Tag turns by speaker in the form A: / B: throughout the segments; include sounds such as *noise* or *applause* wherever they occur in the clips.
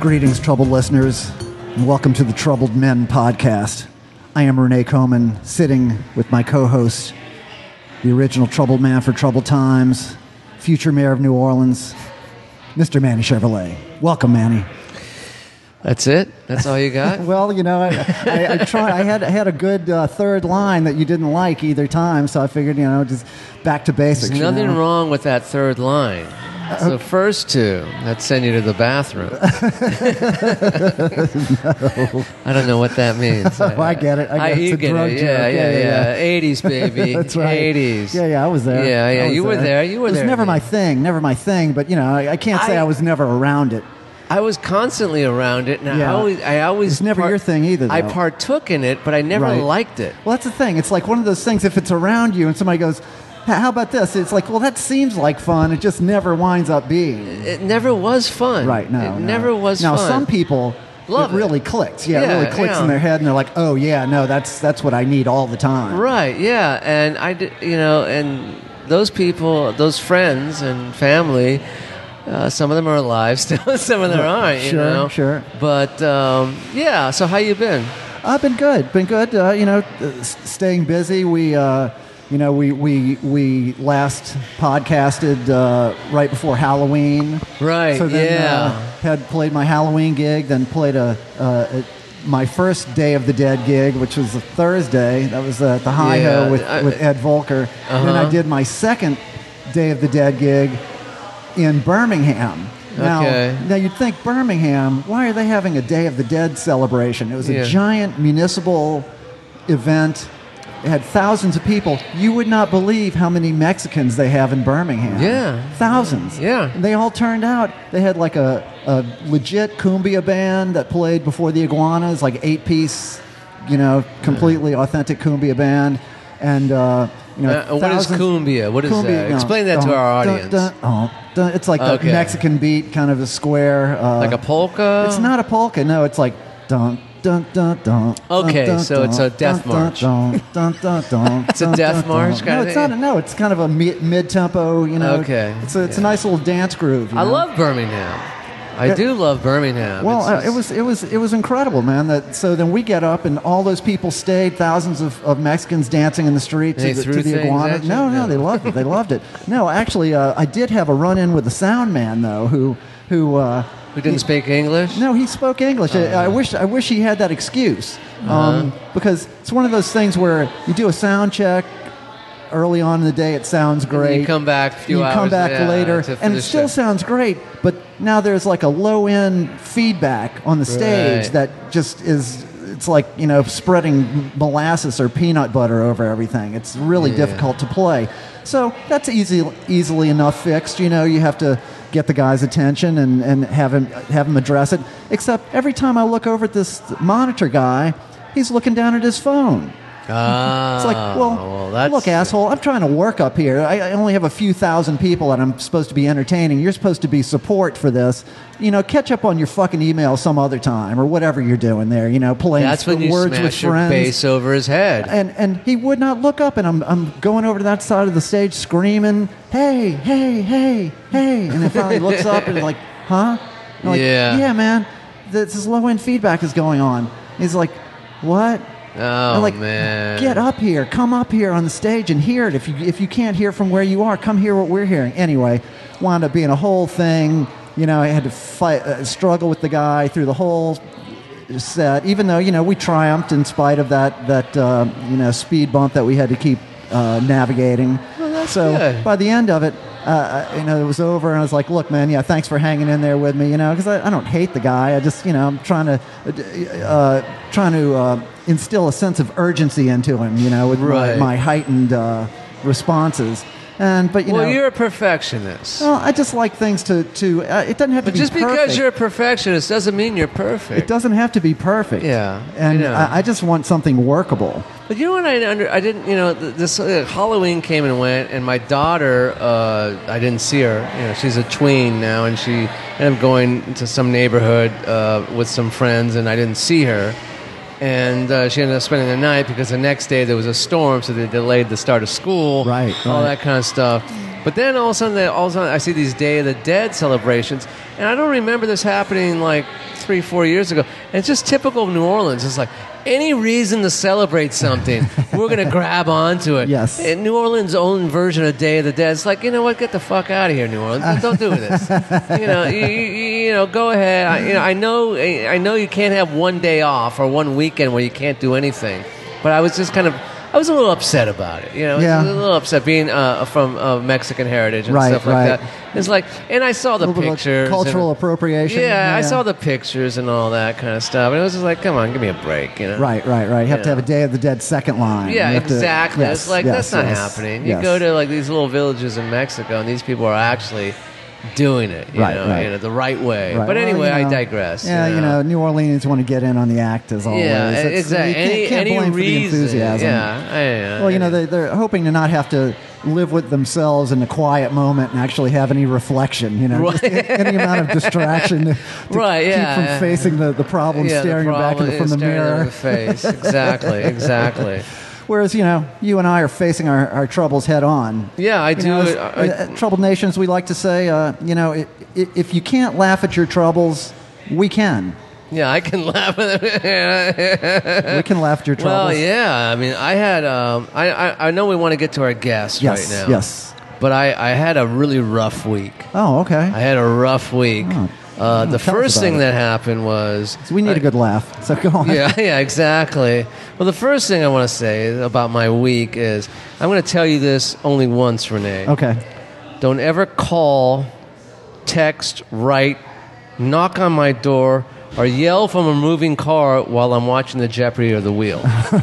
A: Greetings, troubled listeners, and welcome to the Troubled Men podcast. I am Renee Coman, sitting with my co host, the original troubled man for troubled times, future mayor of New Orleans, Mr. Manny Chevrolet. Welcome, Manny.
B: That's it. That's all
A: *laughs*
B: you got.
A: Well, you know, I, I, I, try, I had I had a good uh, third line that you didn't like either time, so I figured, you know, just back to basics.
B: There's
A: you
B: nothing
A: know? Uh,
B: wrong with that third line. It's the first two that send you to
A: *laughs*
B: the bathroom. I don't know what that
A: *laughs*
B: means.
A: Oh, I get it. I get it.
B: you
A: It's a drug
B: Yeah,
A: joke.
B: yeah,
A: Yeah, yeah,
B: yeah,
A: yeah.
B: 80s,
A: *laughs*
B: baby.
A: That's right.
B: 80s.
A: Yeah, yeah, I was there.
B: Yeah, yeah,
A: I was
B: you were there, you were
A: it was
B: there,
A: never my
B: yeah.
A: thing, never my thing. But you know, I, I can't say I,
B: I-
A: was never around it.
B: I was constantly around it, and
A: Yeah.
B: I always, I always
A: It's never your thing either,
B: I
A: though.
B: partook in it, but I never
A: Right.
B: liked it.
A: Well, that's the thing. It's like one of those things. If it's around you and somebody goes, "H- "How about this?" It's like, well, that seems like fun. It just never winds up being.
B: It never was fun.
A: Right now,
B: it never was
A: Now,
B: fun.
A: some people.
B: Love
A: it
B: it.
A: really clicks. Yeah, it
B: Yeah,
A: really clicks
B: yeah.
A: in their head, and they're like, "Oh yeah, no, that's that's what I need all the time."
B: Right. Yeah. And I did. You know. And those people, those friends and family, uh, some of them are alive still. *laughs* some of them aren't. You
A: Sure,
B: know?
A: sure.
B: But um, yeah. So how you been?
A: I've Uh, been good. Been good. Uh, you know, uh, s- staying busy. We, uh, you know, we we we last podcasted uh, right before Halloween.
B: Right,
A: So then,
B: yeah.
A: Uh, had played my Halloween gig, then played a. Uh, a my first Day of the Dead gig, which was a Thursday, that was uh, at the Hi Ho
B: Yeah,
A: with,
B: I-
A: with Ed Volker. And then I
B: Uh-huh.
A: did my second Day of the Dead gig in Birmingham. Now,
B: Okay.
A: now you'd think Birmingham, why are they having a Day of the Dead celebration? It was a
B: Yeah.
A: giant municipal event. It had thousands of people. You would not believe how many Mexicans they have in Birmingham.
B: Yeah.
A: Thousands.
B: Yeah.
A: And they all turned out. They had like a, a legit cumbia band that played before the iguanas, like eight piece, you know, completely authentic cumbia band. And, uh, you know,
B: Uh, what is
A: thousands-
B: cumbia? What is that? Explain that to
A: dun,
B: our
A: dun,
B: audience.
A: dun, oh, dun. it's like the
B: Okay.
A: Mexican beat, kind of a square. Uh,
B: Like a polka?
A: It's not a polka. No, it's like dun dun dun dun. dun,
B: Okay,
A: dun,
B: so it's
A: dun,
B: a death
A: dun,
B: march.
A: Dun, dun, dun, dun,
B: *laughs* It's a
A: dun,
B: death
A: dun,
B: march
A: dun. No,
B: kinda
A: it's not. A,
B: thing?
A: no, it's kind of a mid tempo. You know.
B: Okay,
A: It's a, it's a
B: yeah.
A: nice little dance groove. you
B: I
A: know?
B: love Birmingham. I
A: Yeah.
B: do love Birmingham.
A: Well,
B: It's
A: uh,
B: just-
A: it was it was it was incredible, man. That so then we get up and all those people stayed, thousands of, of Mexicans dancing in the street to
B: They
A: the,
B: threw
A: to the
B: things
A: iguana.
B: at you?
A: No, no,
B: No.
A: they loved it. They loved it. No, actually, uh, I did have a run in with the sound man though, who who. Uh,
B: Who didn't speak English? Oh.
A: no, he spoke English. I, I wish I wish he had that excuse
B: Uh-huh.
A: um, because it's one of those things where you do a sound check early on in the day. It sounds great.
B: You come back a few
A: you
B: hours.
A: come back
B: yeah,
A: later,
B: to
A: and it
B: finish
A: still
B: it.
A: sounds great. But now there's like a low end feedback on the stage
B: Right.
A: that just is. It's like you know spreading molasses or peanut butter over everything. It's really
B: Yeah.
A: difficult to play. So that's easy, easily enough fixed. You know, you have to get the guy's attention and, and have him have him address it. Except every time I look over at this monitor guy, he's looking down at his phone. *laughs*
B: Ah,
A: It's like, well,
B: that's,
A: look, asshole, I'm trying to work up here. I, I only have a few thousand people that I'm supposed to be entertaining. You're supposed to be support for this. You know, catch up on your fucking email some other time or whatever you're doing there. You know, playing
B: That's when you
A: words with
B: smash your
A: friends.
B: bass over his head.
A: And and he would not look up, and I'm I'm going over to that side of the stage screaming, hey, hey, hey, hey, and then finally looks up and like, huh? I'm like,
B: Yeah.
A: yeah, man, this is low end feedback is going on. He's like, what?
B: oh
A: I'm like,
B: man,
A: get up here, come up here on the stage and hear it. If you if you can't hear from where you are, come hear what we're hearing. Anyway, wound up being a whole thing. You know, I had to fight, uh, struggle with the guy through the whole set. Even though you know we triumphed in spite of that that uh, you know speed bump that we had to keep uh, navigating. so
B: good.
A: by the end of it. Uh, I- you know, it was over, and I was like, "Look, man, yeah, thanks for hanging in there with me." You know, because I, I don't hate the guy. I just, you know, I'm trying to, uh, uh, trying to uh, instill a sense of urgency into him. You know, with
B: Right.
A: my, my heightened uh, responses. And but you
B: well,
A: know,
B: you're a perfectionist.
A: well, I just like things to to. Uh, it doesn't have to
B: But
A: be
B: just because
A: perfect.
B: you're a perfectionist doesn't mean you're
A: It
B: perfect.
A: doesn't have to be perfect.
B: Yeah,
A: and
B: I know.
A: I, I just want something workable.
B: but you know what? I under, I didn't. You know, th- this uh, Halloween came and went, and my daughter, uh, I didn't see her. You know, she's a tween now, and she ended up going to some neighborhood uh, with some friends, and I didn't see her. And uh, she ended up spending the night because the next day there was a storm, so they delayed the start of school.
A: Right,
B: all
A: right.
B: that kind of stuff. But then all of a sudden, they, all of a sudden, I see these Day of the Dead celebrations, and I don't remember this happening like three, four years ago. And it's just typical of New Orleans. It's like any reason to celebrate something, we're going to grab onto it.
A: Yes.
B: And New Orleans' own version of Day of the Dead. It's like, you know what? Get the fuck out of here, New Orleans. Don't do this. you know, you, you you know, go ahead. I, you know, I know, I know you can't have one day off or one weekend where you can't do anything. But I was just kind of, I was a little upset about it. You know,
A: Yeah.
B: I was a little upset being uh, from uh, Mexican heritage and
A: Right,
B: stuff like
A: right.
B: that. It's like, and I saw the
A: little bit of
B: pictures.
A: cultural
B: and-
A: appropriation.
B: Yeah,
A: Yeah,
B: I
A: yeah.
B: saw the pictures and all that kind of stuff. And it was just like, come on, give me a break, you know?
A: Right, right, right. You have to
B: Yeah.
A: have a Day of the Dead second line.
B: Yeah,
A: You have to-
B: exactly.
A: yes,
B: it's like,
A: yes,
B: that's not
A: yes,
B: happening.
A: yes.
B: You go to like these little villages in Mexico and these people are actually doing it, you,
A: Right,
B: know,
A: right.
B: you know, the right way.
A: Right.
B: But
A: Well,
B: anyway,
A: you know,
B: I digress.
A: Yeah, you know, New Orleans want to get in on the act as always.
B: Yeah,
A: It's- you
B: exactly.
A: can't-
B: Any,
A: can't
B: any
A: blame for the
B: reason.
A: enthusiasm.
B: Yeah, I- yeah.
A: Well, you know, they, they're hoping to not have to live with themselves in a quiet moment and actually have any reflection, you know, just
B: Right.
A: any amount of distraction
B: *laughs*
A: to, to
B: Right,
A: keep
B: yeah,
A: from
B: yeah.
A: facing the, the problem
B: yeah,
A: staring
B: the problem
A: back in the, from
B: is
A: the
B: staring them
A: mirror.
B: in the face.
A: *laughs*
B: Exactly, exactly.
A: Whereas, you know, you and I are facing our, our troubles head on.
B: Yeah, I
A: You
B: do.
A: know, as-
B: I-
A: uh, troubled nations, we like to say, uh, you know, i i if you can't laugh at your troubles, we can.
B: yeah, I can *laughs* laugh at it.
A: We can laugh at your troubles.
B: well, yeah. I mean, I had. Um, I, I I know we want to get to our guest
A: Yes,
B: right now.
A: yes.
B: But I I had a really rough week.
A: Oh, okay.
B: I had a rough week.
A: Oh.
B: Uh, the
A: tell us
B: first
A: about
B: thing
A: it.
B: that happened was
A: so we need a good laugh. So go on.
B: *laughs* yeah, yeah, exactly. Well, the first thing I want to say about my week is I'm going to tell you this only once, Renee.
A: *laughs* Okay.
B: Don't ever call, text, write, knock on my door, or yell from a moving car while I'm watching the Jeopardy or
A: *laughs*
B: the Wheel.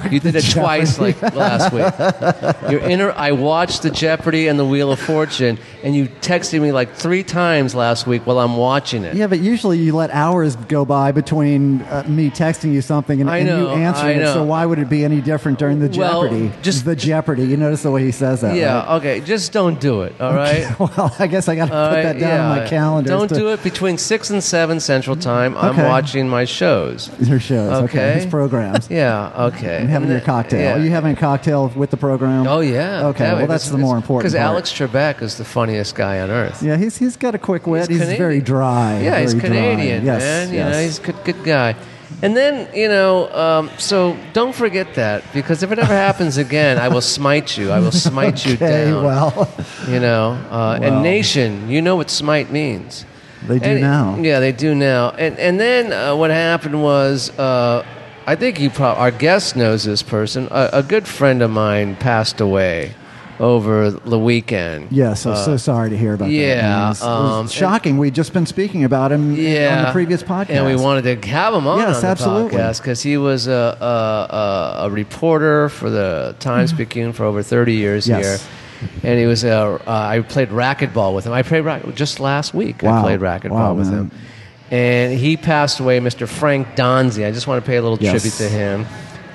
B: You did it twice like last week. Your inner I watched the Jeopardy and the Wheel of Fortune and you texted me like 3 times last week while I'm watching it.
A: Yeah, but usually you let hours go by between uh, me texting you something and,
B: I
A: and you
B: know,
A: answering
B: I
A: it. So
B: know.
A: why would it be any different during the
B: Well,
A: Jeopardy?
B: just-
A: the Jeopardy. You notice the way he says that.
B: Yeah,
A: right?
B: okay, just don't do it, all right?
A: *laughs* Well, I guess I got to put
B: All right,
A: that down on
B: yeah.
A: my calendar.
B: Don't do it between six and seven Central Time. I'm
A: Okay.
B: watching my shows.
A: Your shows, okay?
B: Okay.
A: His programs.
B: *laughs* Yeah. Okay.
A: And having your cocktail. Are you having a cocktail with the program?
B: Oh yeah.
A: Okay. well, that's the more important.
B: Because
A: part.
B: Alex Trebek is the funniest guy on earth.
A: Yeah, he's he's got a quick wit. He's,
B: He's
A: very
B: Canadian.
A: dry.
B: Yeah, he's
A: very dry.
B: Canadian,
A: Yes,
B: man. You
A: yes.
B: know, he's a good, good guy. And then you know, um, so don't forget that because if it ever happens again, I will smite you. I will smite
A: *laughs*
B: you
A: okay.
B: down.
A: Well,
B: You know, uh,
A: Wow.
B: and nation, you know what smite means.
A: They do
B: And-
A: now.
B: Yeah, they do now. And and then uh, what happened was, uh, I think you prob- our guest knows this person. A, a good friend of mine passed away over the weekend.
A: yeah. So so sorry to hear about that.
B: Uh, yeah,
A: man. It was- it was
B: um,
A: shocking. We'd just been speaking about him
B: Yeah,
A: on the previous podcast.
B: and we wanted to have him on.
A: Yes,
B: on the
A: absolutely.
B: because he was a, a, a, a reporter for the Times Picayune for over thirty years
A: Mm-hmm. Yes.
B: here, and he was. A, uh, I played racquetball with him. I played rack- just last week.
A: Wow.
B: I played racquetball
A: Wow,
B: with
A: man.
B: him, and he passed away, Mr. Frank Donzi. I just want to pay a little
A: Yes.
B: tribute to him.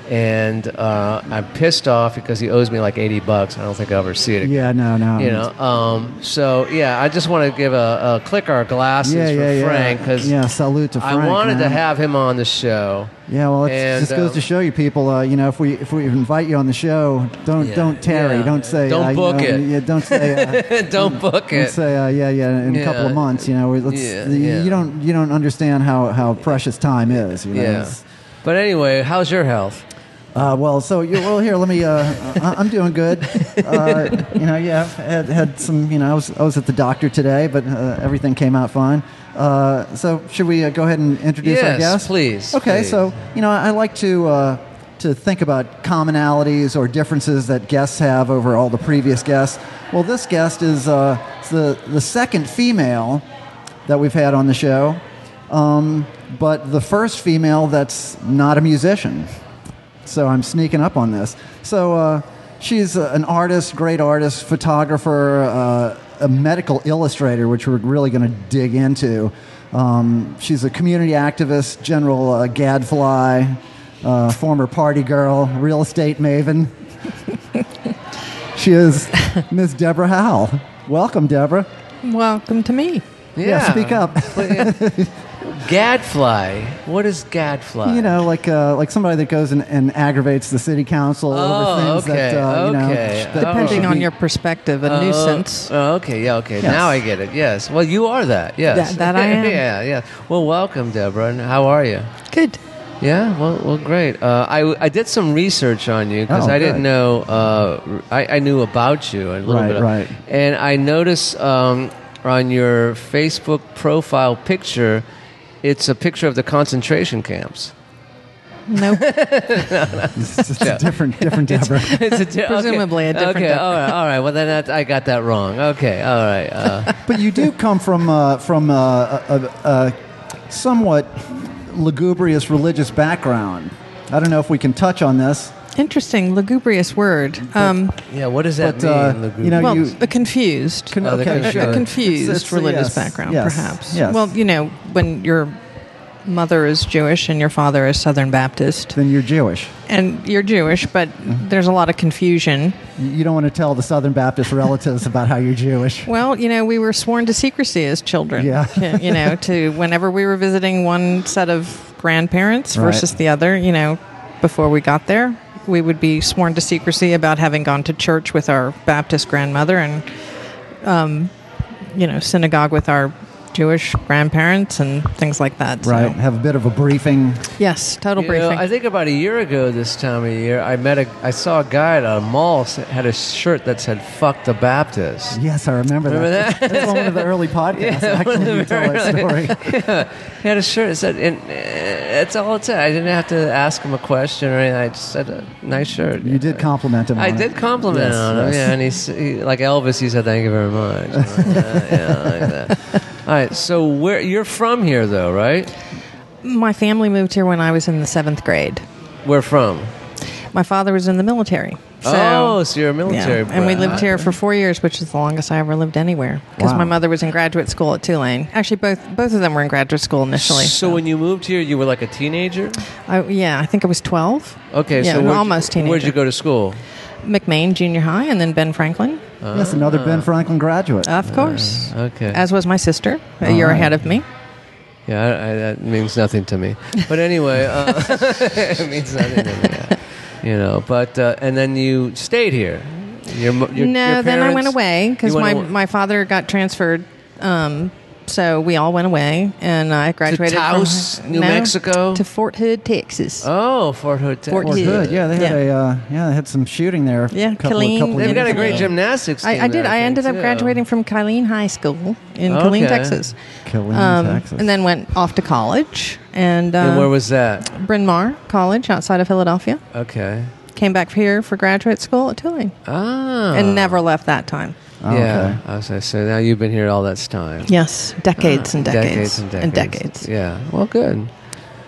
B: And uh, I'm pissed off because he owes me like 80 bucks. I don't think I'll ever see it again.
A: Yeah, no, no.
B: You know, um, so yeah, I just want to give a, a click our glasses
A: yeah, yeah,
B: for
A: yeah.
B: Frank because
A: yeah, salute to Frank.
B: I wanted to
A: man.
B: have him on the show. *laughs*
A: Yeah, well, it
B: And,
A: just goes
B: uh,
A: to show you, people. Uh, you know, if we if we invite you on the show, don't
B: Yeah.
A: don't tarry,
B: Yeah.
A: don't say,
B: Don't
A: uh, you
B: book
A: know,
B: it.
A: Yeah, don't say. Uh,
B: Don't *laughs* book
A: Let's
B: it.
A: say, uh, yeah, yeah, in a couple of
B: Yeah.
A: months, you know, we- let's,
B: Yeah,
A: the-
B: yeah.
A: you don't, you don't understand how, how precious time is. You know?
B: yeah.
A: It's-
B: But anyway, how's your health?
A: Uh, well, so you, well, here, let me. Uh, I- I'm doing good. Uh, you know, yeah, I've had, had some. You know, I was I was at the doctor today, but uh, everything came out fine. Uh, so should we uh, go ahead and introduce our
B: Yes,
A: guest?
B: please,
A: Okay,
B: please.
A: so you know, I like to. Uh, to think about commonalities or differences that guests have over all the previous guests. Well, this guest is uh, it's the, the second female that we've had on the show, um, but the first female that's not a musician. So I'm sneaking up on this. So uh, she's uh, an artist, great artist, photographer, uh, a medical illustrator, which we're really going to dig into. Um, she's a community activist, general uh, gadfly, uh, former party girl, real estate maven. she is Miss Deborah Howell. Welcome, Deborah.
C: Welcome to me.
B: *laughs*
A: Yeah, speak up. *laughs*
B: Well, yeah. Gadfly. What is gadfly?
A: You know, like uh, like somebody that goes and, and aggravates the city council
B: Oh,
A: over things that
B: okay,
A: uh, you know.
B: okay.
A: that
B: Oh.
A: should
C: Depending on
A: be-
C: your perspective, a
B: Oh,
C: nuisance.
B: Oh, okay. Yeah. Okay.
A: Yes.
B: Now I get it. Yes. Well, you are that. Yes.
C: That-
B: *laughs*
C: that I am.
B: yeah. Yeah. Well, welcome, Deborah. And how are you?
C: Good.
B: Yeah, well, well, great. Uh, I I did some research on you because
A: Oh,
B: I
A: good.
B: didn't know. Uh, I, I knew about you a little
A: Right,
B: bit,
A: right.
B: And I noticed um, on your Facebook profile picture, it's a picture of the concentration *laughs* camps.
A: *laughs*
C: Nope.
A: It's just a different different Deborah.
B: *laughs* It's a di- okay.
C: Presumably a different
B: Okay,
C: duck.
B: all right, all right. Well, then that, I got that wrong. Okay, all right.
C: *laughs*
B: Uh,
A: But you do come from uh, from uh, a, a, a somewhat lugubrious religious background. I don't know if we can touch on this,
C: Interesting, lugubrious word. Um,
B: yeah. What does that
A: but uh,
B: mean? Laguna?
A: you know,
C: well,
A: you
C: a confused.
A: Con-
B: Oh, the
A: okay,
C: a, a
B: sure.
C: confused
A: It's- it's- yes,
C: religious background,
A: yes,
C: perhaps.
A: yes.
C: Well, you know, when your mother is Jewish and your father is Southern Baptist,
A: then you're Jewish.
C: and you're Jewish, but
A: Mm-hmm.
C: there's a lot of confusion.
A: You you don't want to tell the Southern Baptist relatives about how you're
B: *laughs*
A: Jewish.
C: Well, you know, we were sworn to secrecy as children.
A: Yeah.
C: *laughs* you know, to whenever we were visiting one set of grandparents
A: Right.
C: versus the other, you know, before we got there, we would be sworn to secrecy about having gone to church with our Baptist grandmother and, um, you know, synagogue with our Jewish grandparents and things like that. So-
A: Right, have a bit of a briefing.
C: Yes, total
B: You know,
C: briefing.
B: I think about a year ago this time of year, I met a, I saw a guy at a mall s- had a shirt that said "Fuck the Baptist."
A: Yes, I remember,
B: Remember that?
A: That's on
B: *laughs*
A: one of the early podcasts.
B: Yeah, one of
A: actually,
B: the
A: you tell that
B: very
A: story.
B: *laughs* He had a shirt that said, and uh, that's all it said. I didn't have to ask him a question or anything. I just said, uh, "Nice shirt."
A: You did compliment him.
B: I
A: on it.
B: did compliment
A: Yes,
B: on him,
A: yes.
B: yeah, and he's, he like Elvis. He said, "Thank you very much." *laughs* You know, yeah,
A: *laughs*
B: yeah, like that. All right, so where you're from here though, right?
C: My family moved here when I was in the seventh grade.
B: Where from?
C: My father was in the military. So
B: oh, so you're a military.
C: Yeah, and we
B: brat.
C: lived here for four years, which is the longest I ever lived anywhere. Because
A: Wow.
C: my mother was in graduate school at Tulane. Actually, both both of them were in graduate school initially.
B: So when you moved here, you were like a teenager.
C: I, yeah, I think I was twelve.
B: Okay,
C: yeah,
B: so where'd you-
C: almost teenager.
B: Where'd you go to school?
C: McMaine Junior High, and then Ben Franklin,
A: Yes, another Ben Franklin graduate.
B: Uh,
C: of course.
B: Okay.
C: As was my sister, a year
B: uh-huh.
A: Alright.
C: ahead of me.
B: yeah, I, I, that means nothing to me. But anyway, uh, *laughs* it means nothing to me. yeah. You know, but uh, and then you stayed here. Your, mo- your,
C: no,
B: your
C: then I went
B: parents-
C: away because
B: You
C: my,
B: went awa-
C: my father got transferred. Um, so we all went away, and I graduated from-
B: Taos, New
C: no,
B: Mexico?
C: to Fort Hood, Texas.
B: Oh, Fort Hood. Texas.
C: Fort
A: Or
C: Yeah.
A: good, yeah. They had
C: Yeah.
A: a uh, yeah, they had some shooting there.
C: Yeah,
A: a couple,
C: Killeen.
A: a couple
B: They've
A: years
B: got a
A: ago.
B: great gymnastics. Team
C: I, I did.
B: there,
C: I
B: think,
C: ended up
B: too.
C: graduating from Killeen High School in
B: Okay.
C: Killeen, Texas.
A: Killeen,
B: Um,
A: Texas.
C: Um, And then went off to college and, uh,
B: And where was that?
C: Bryn Mawr College outside of Philadelphia.
B: Okay.
C: Came back here for graduate school at Tulane
B: Ah.
C: and never left that time.
A: Oh,
B: yeah. I was gonna say, now you've been here all this time.
C: Yes, decades and decades,
B: Uh, Decades and decades. Yeah. Well, good.
A: okay.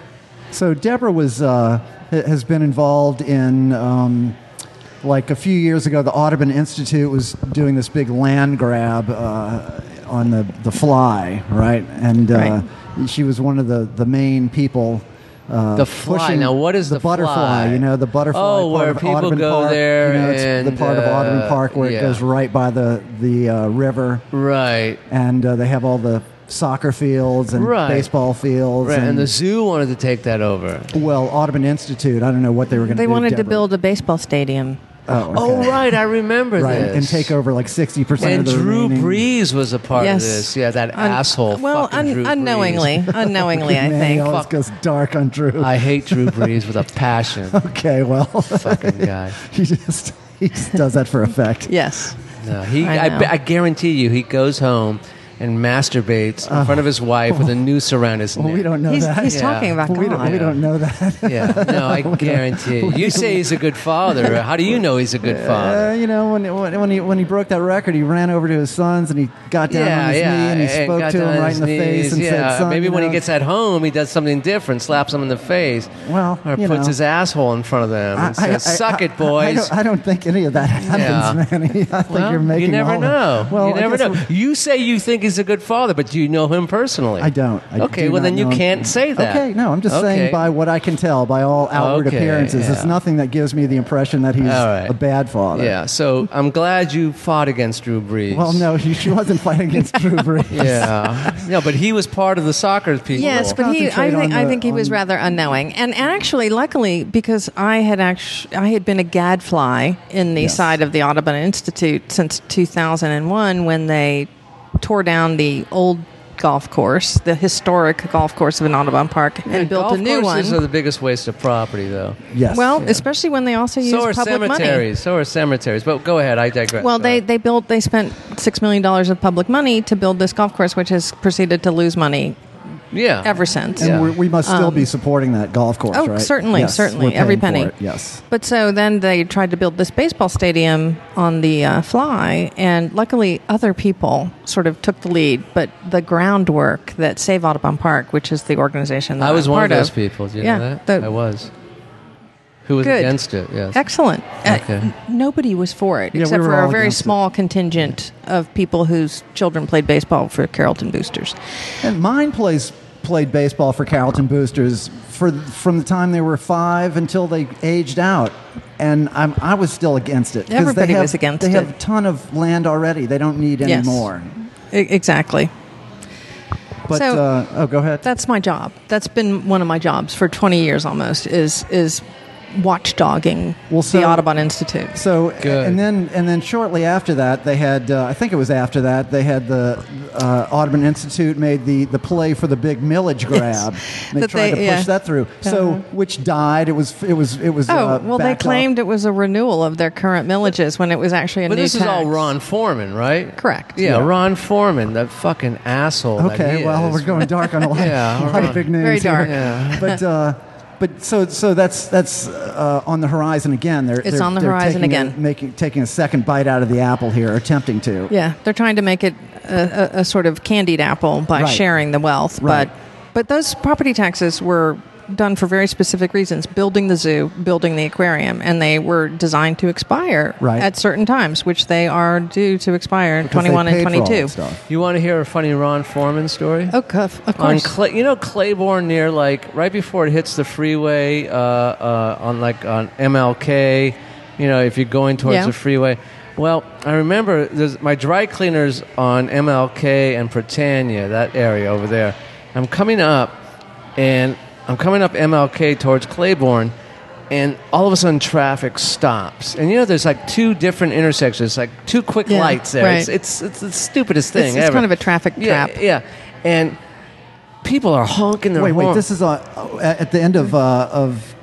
A: So Deborah was uh, ha- has been involved in um, like a few years ago. The Audubon Institute was doing this big land grab uh, on the the fly, right? And uh, she was one of the the main people. Uh,
B: The fly.
A: pushing
B: Now, what is the
A: butterfly?
B: fly?
A: You know, the butterfly.
B: Oh,
A: part
B: where
A: of
B: people
A: Audubon
B: go
A: Park,
B: there
A: You know, it's
B: and,
A: the part of
B: uh,
A: Audubon Park where
B: yeah.
A: it goes right by the the uh, river.
B: Right.
A: and uh, they have all the soccer fields and
B: Right.
A: baseball fields
B: Right. And the zoo wanted to take that over.
A: well Audubon Institute. I don't know what they were going to.
C: They
A: do,
C: wanted to
A: Deborah.
C: build a baseball stadium.
A: Oh,
B: Oh,
A: okay.
B: right. I remember
A: right,
B: this.
A: and take over like sixty percent
B: And
A: of the
B: Drew
A: remaining.
B: Brees was a part
C: Yes.
B: of this. Yeah, that
C: Un-
B: asshole.
C: Well,
B: fucking Drew Brees.
C: unknowingly, unknowingly,
B: *laughs*
C: I
A: Man, it
C: think.
A: always
B: Fuck.
A: goes dark on Drew.
B: I hate Drew Brees with a *laughs* passion.
A: okay, well, *laughs*
B: fucking guy.
A: he just he just does that for
B: *laughs*
A: effect.
C: Yes.
B: No, he.
C: I
B: I,
C: know.
B: be- I guarantee you, he goes home and masturbates in front of his wife with a noose around his neck.
A: Well, we don't know
C: He's,
A: that.
C: he's
B: Yeah.
C: talking about
A: Well, we, don't,
C: God.
A: we don't know that.
B: Yeah, *laughs* no, I guarantee you. You say he's a good father. How do you know he's a good
A: *laughs* Uh,
B: father?
A: you know, when, when, when, he, when he broke that record, he ran over to his sons and he got down
B: yeah,
A: on his
B: yeah.
A: knee and he spoke
B: got
A: to
B: down
A: him
B: on
A: right
B: his
A: in the face
B: knees,
A: and
B: yeah.
A: said, "Son,
B: Maybe
A: you
B: when
A: know,
B: he gets at home, he does something different, slaps him in the face.
A: Well,
B: or
A: you
B: puts
A: know.
B: his asshole in front of them and says, "Suck it,
A: I
B: boys."
A: don't, I don't think any of that happens,
B: Yeah.
A: *laughs* Manny. I think
B: Well,
A: you're making
B: you never
A: all
B: know.
A: That. Well,
B: you
A: I
B: never
A: guess
B: know. You say you think he's a good father, but do you know him personally?
A: I don't. I
B: okay,
A: do
B: well
A: not
B: then you
A: know him.
B: can't say that.
A: Okay, no, I'm just
B: Okay.
A: saying by what I can tell, by all outward
B: Okay,
A: appearances, it's
B: yeah.
A: nothing that gives me the impression that he's
B: All right.
A: a bad father.
B: Yeah, so I'm glad you fought against Drew Brees.
A: Well, no, she she wasn't fighting
B: *laughs*
A: against Drew Brees.
B: Yeah, *laughs* no, but he was part of the soccer people.
C: Yes, but he. I
A: Concentrate
C: think
A: on
C: I
A: the-
C: think he was
A: on-
C: rather unknowing. And actually, luckily, because I had actually I had been a gadfly in the
A: Yes.
C: side of the Audubon Institute since 2001 when they tore down the old golf course, the historic golf course of an Audubon park, and, built
B: golf
C: a new one.
B: courses are the biggest waste of property, though.
A: Yes.
C: Well, especially when they also use
B: so are
C: public
B: cemeteries.
C: money.
B: So are cemeteries. But go ahead, I digress.
C: Well,
B: Sorry.
C: they, they built they spent six million dollars of public money to build this golf course, which has proceeded to lose money
B: yeah
C: ever since.
B: Yeah.
A: and we we must still be supporting that golf course,
C: um, Oh,
A: right?
C: certainly,
A: Yes,
C: certainly,
A: we're paying
C: every
A: for
C: penny.
A: it, Yes.
C: But so then they tried to build this baseball stadium on the uh, fly, and luckily other people sort of took the lead. But the groundwork that Save Audubon Park, which is the organization that
B: I was
C: I'm
B: one
C: part
B: of those people. Do you
C: yeah,
B: know that?
C: the-
B: I was. Who was
C: Good.
B: against it? Yes.
C: Excellent. Uh,
B: Okay.
C: n- nobody was for it
A: Yeah, we
C: except
A: were
C: for a
A: all
C: very
A: against it.
C: small contingent of people whose children played baseball for Carrollton Boosters.
A: And mine plays played baseball for Carrollton Boosters for from the time they were five until they aged out, and I'm, I was still against it 'cause
C: Everybody
A: they have,
C: was against
A: They have
C: it.
A: a ton of land already; they don't need any
C: Yes.
A: more.
C: E- exactly.
A: But
C: So-
A: uh, oh, go ahead.
C: That's my job. That's been one of my jobs for 20 years almost. Is is watchdogging
A: Well, so-
C: the Audubon Institute.
A: So
B: Good.
A: and then and then shortly after that they had uh, I think it was after that they had the uh, Audubon Institute made the, the play for the big millage grab. And they
C: That
A: tried
C: they-
A: to
C: yeah. Uh-huh.
A: push that through. So which died? It was it was it was.
C: Oh
A: uh,
C: well, they
A: backed up.
C: claimed it was a renewal of their current millages when it was actually a
B: But
C: new.
B: this is all
C: tax.
B: Ron Foreman, right?
C: Correct.
B: Yeah,
A: Yeah.
B: Ron Foreman, that fucking asshole. that
A: Okay,
B: he
A: well
B: is.
A: we're going dark on a
C: *laughs*
A: lot, *laughs*
B: Yeah,
A: a lot
B: right.
A: of big news.
C: Very
A: here.
C: dark.
B: Yeah.
C: *laughs*
A: But uh, but so so that's that's uh, on the horizon again. They're
C: It's
A: they're-
C: on the
A: they're
C: horizon
A: taking a-
C: again.
A: making taking a second bite out of the apple here, or attempting to.
C: Yeah, they're trying to make it a, a, a sort of candied apple by
A: Right.
C: sharing the wealth,
A: Right.
C: but but those property taxes were done for very specific reasons: building the zoo, building the aquarium, and they were designed to expire
A: Right.
C: at certain times, which they are due to expire in
A: Because they
C: 21 and
A: paid for all that
C: 22.
A: stuff.
B: You want to hear a funny Ron Foreman story?
C: Oh, cuff, of
B: On
C: course.
B: Cla- you know Claiborne near like right before it hits the freeway uh, uh, on like on MLK, you know if you're going towards
C: Yeah.
B: the freeway. Well, I remember there's my dry cleaners on MLK and Britannia that area over there. I'm coming up, and I'm coming up MLK towards Claiborne, and all of a sudden traffic stops. And you know there's like two different intersections, like two quick
C: Yeah,
B: lights there.
C: right.
B: It's, it's it's the stupidest thing
C: it's,
B: ever.
C: it's kind of a traffic
B: Yeah,
C: trap.
B: yeah. And people are honking their
A: Wait, wait.
B: horn.
A: This is uh, at the end of uh, of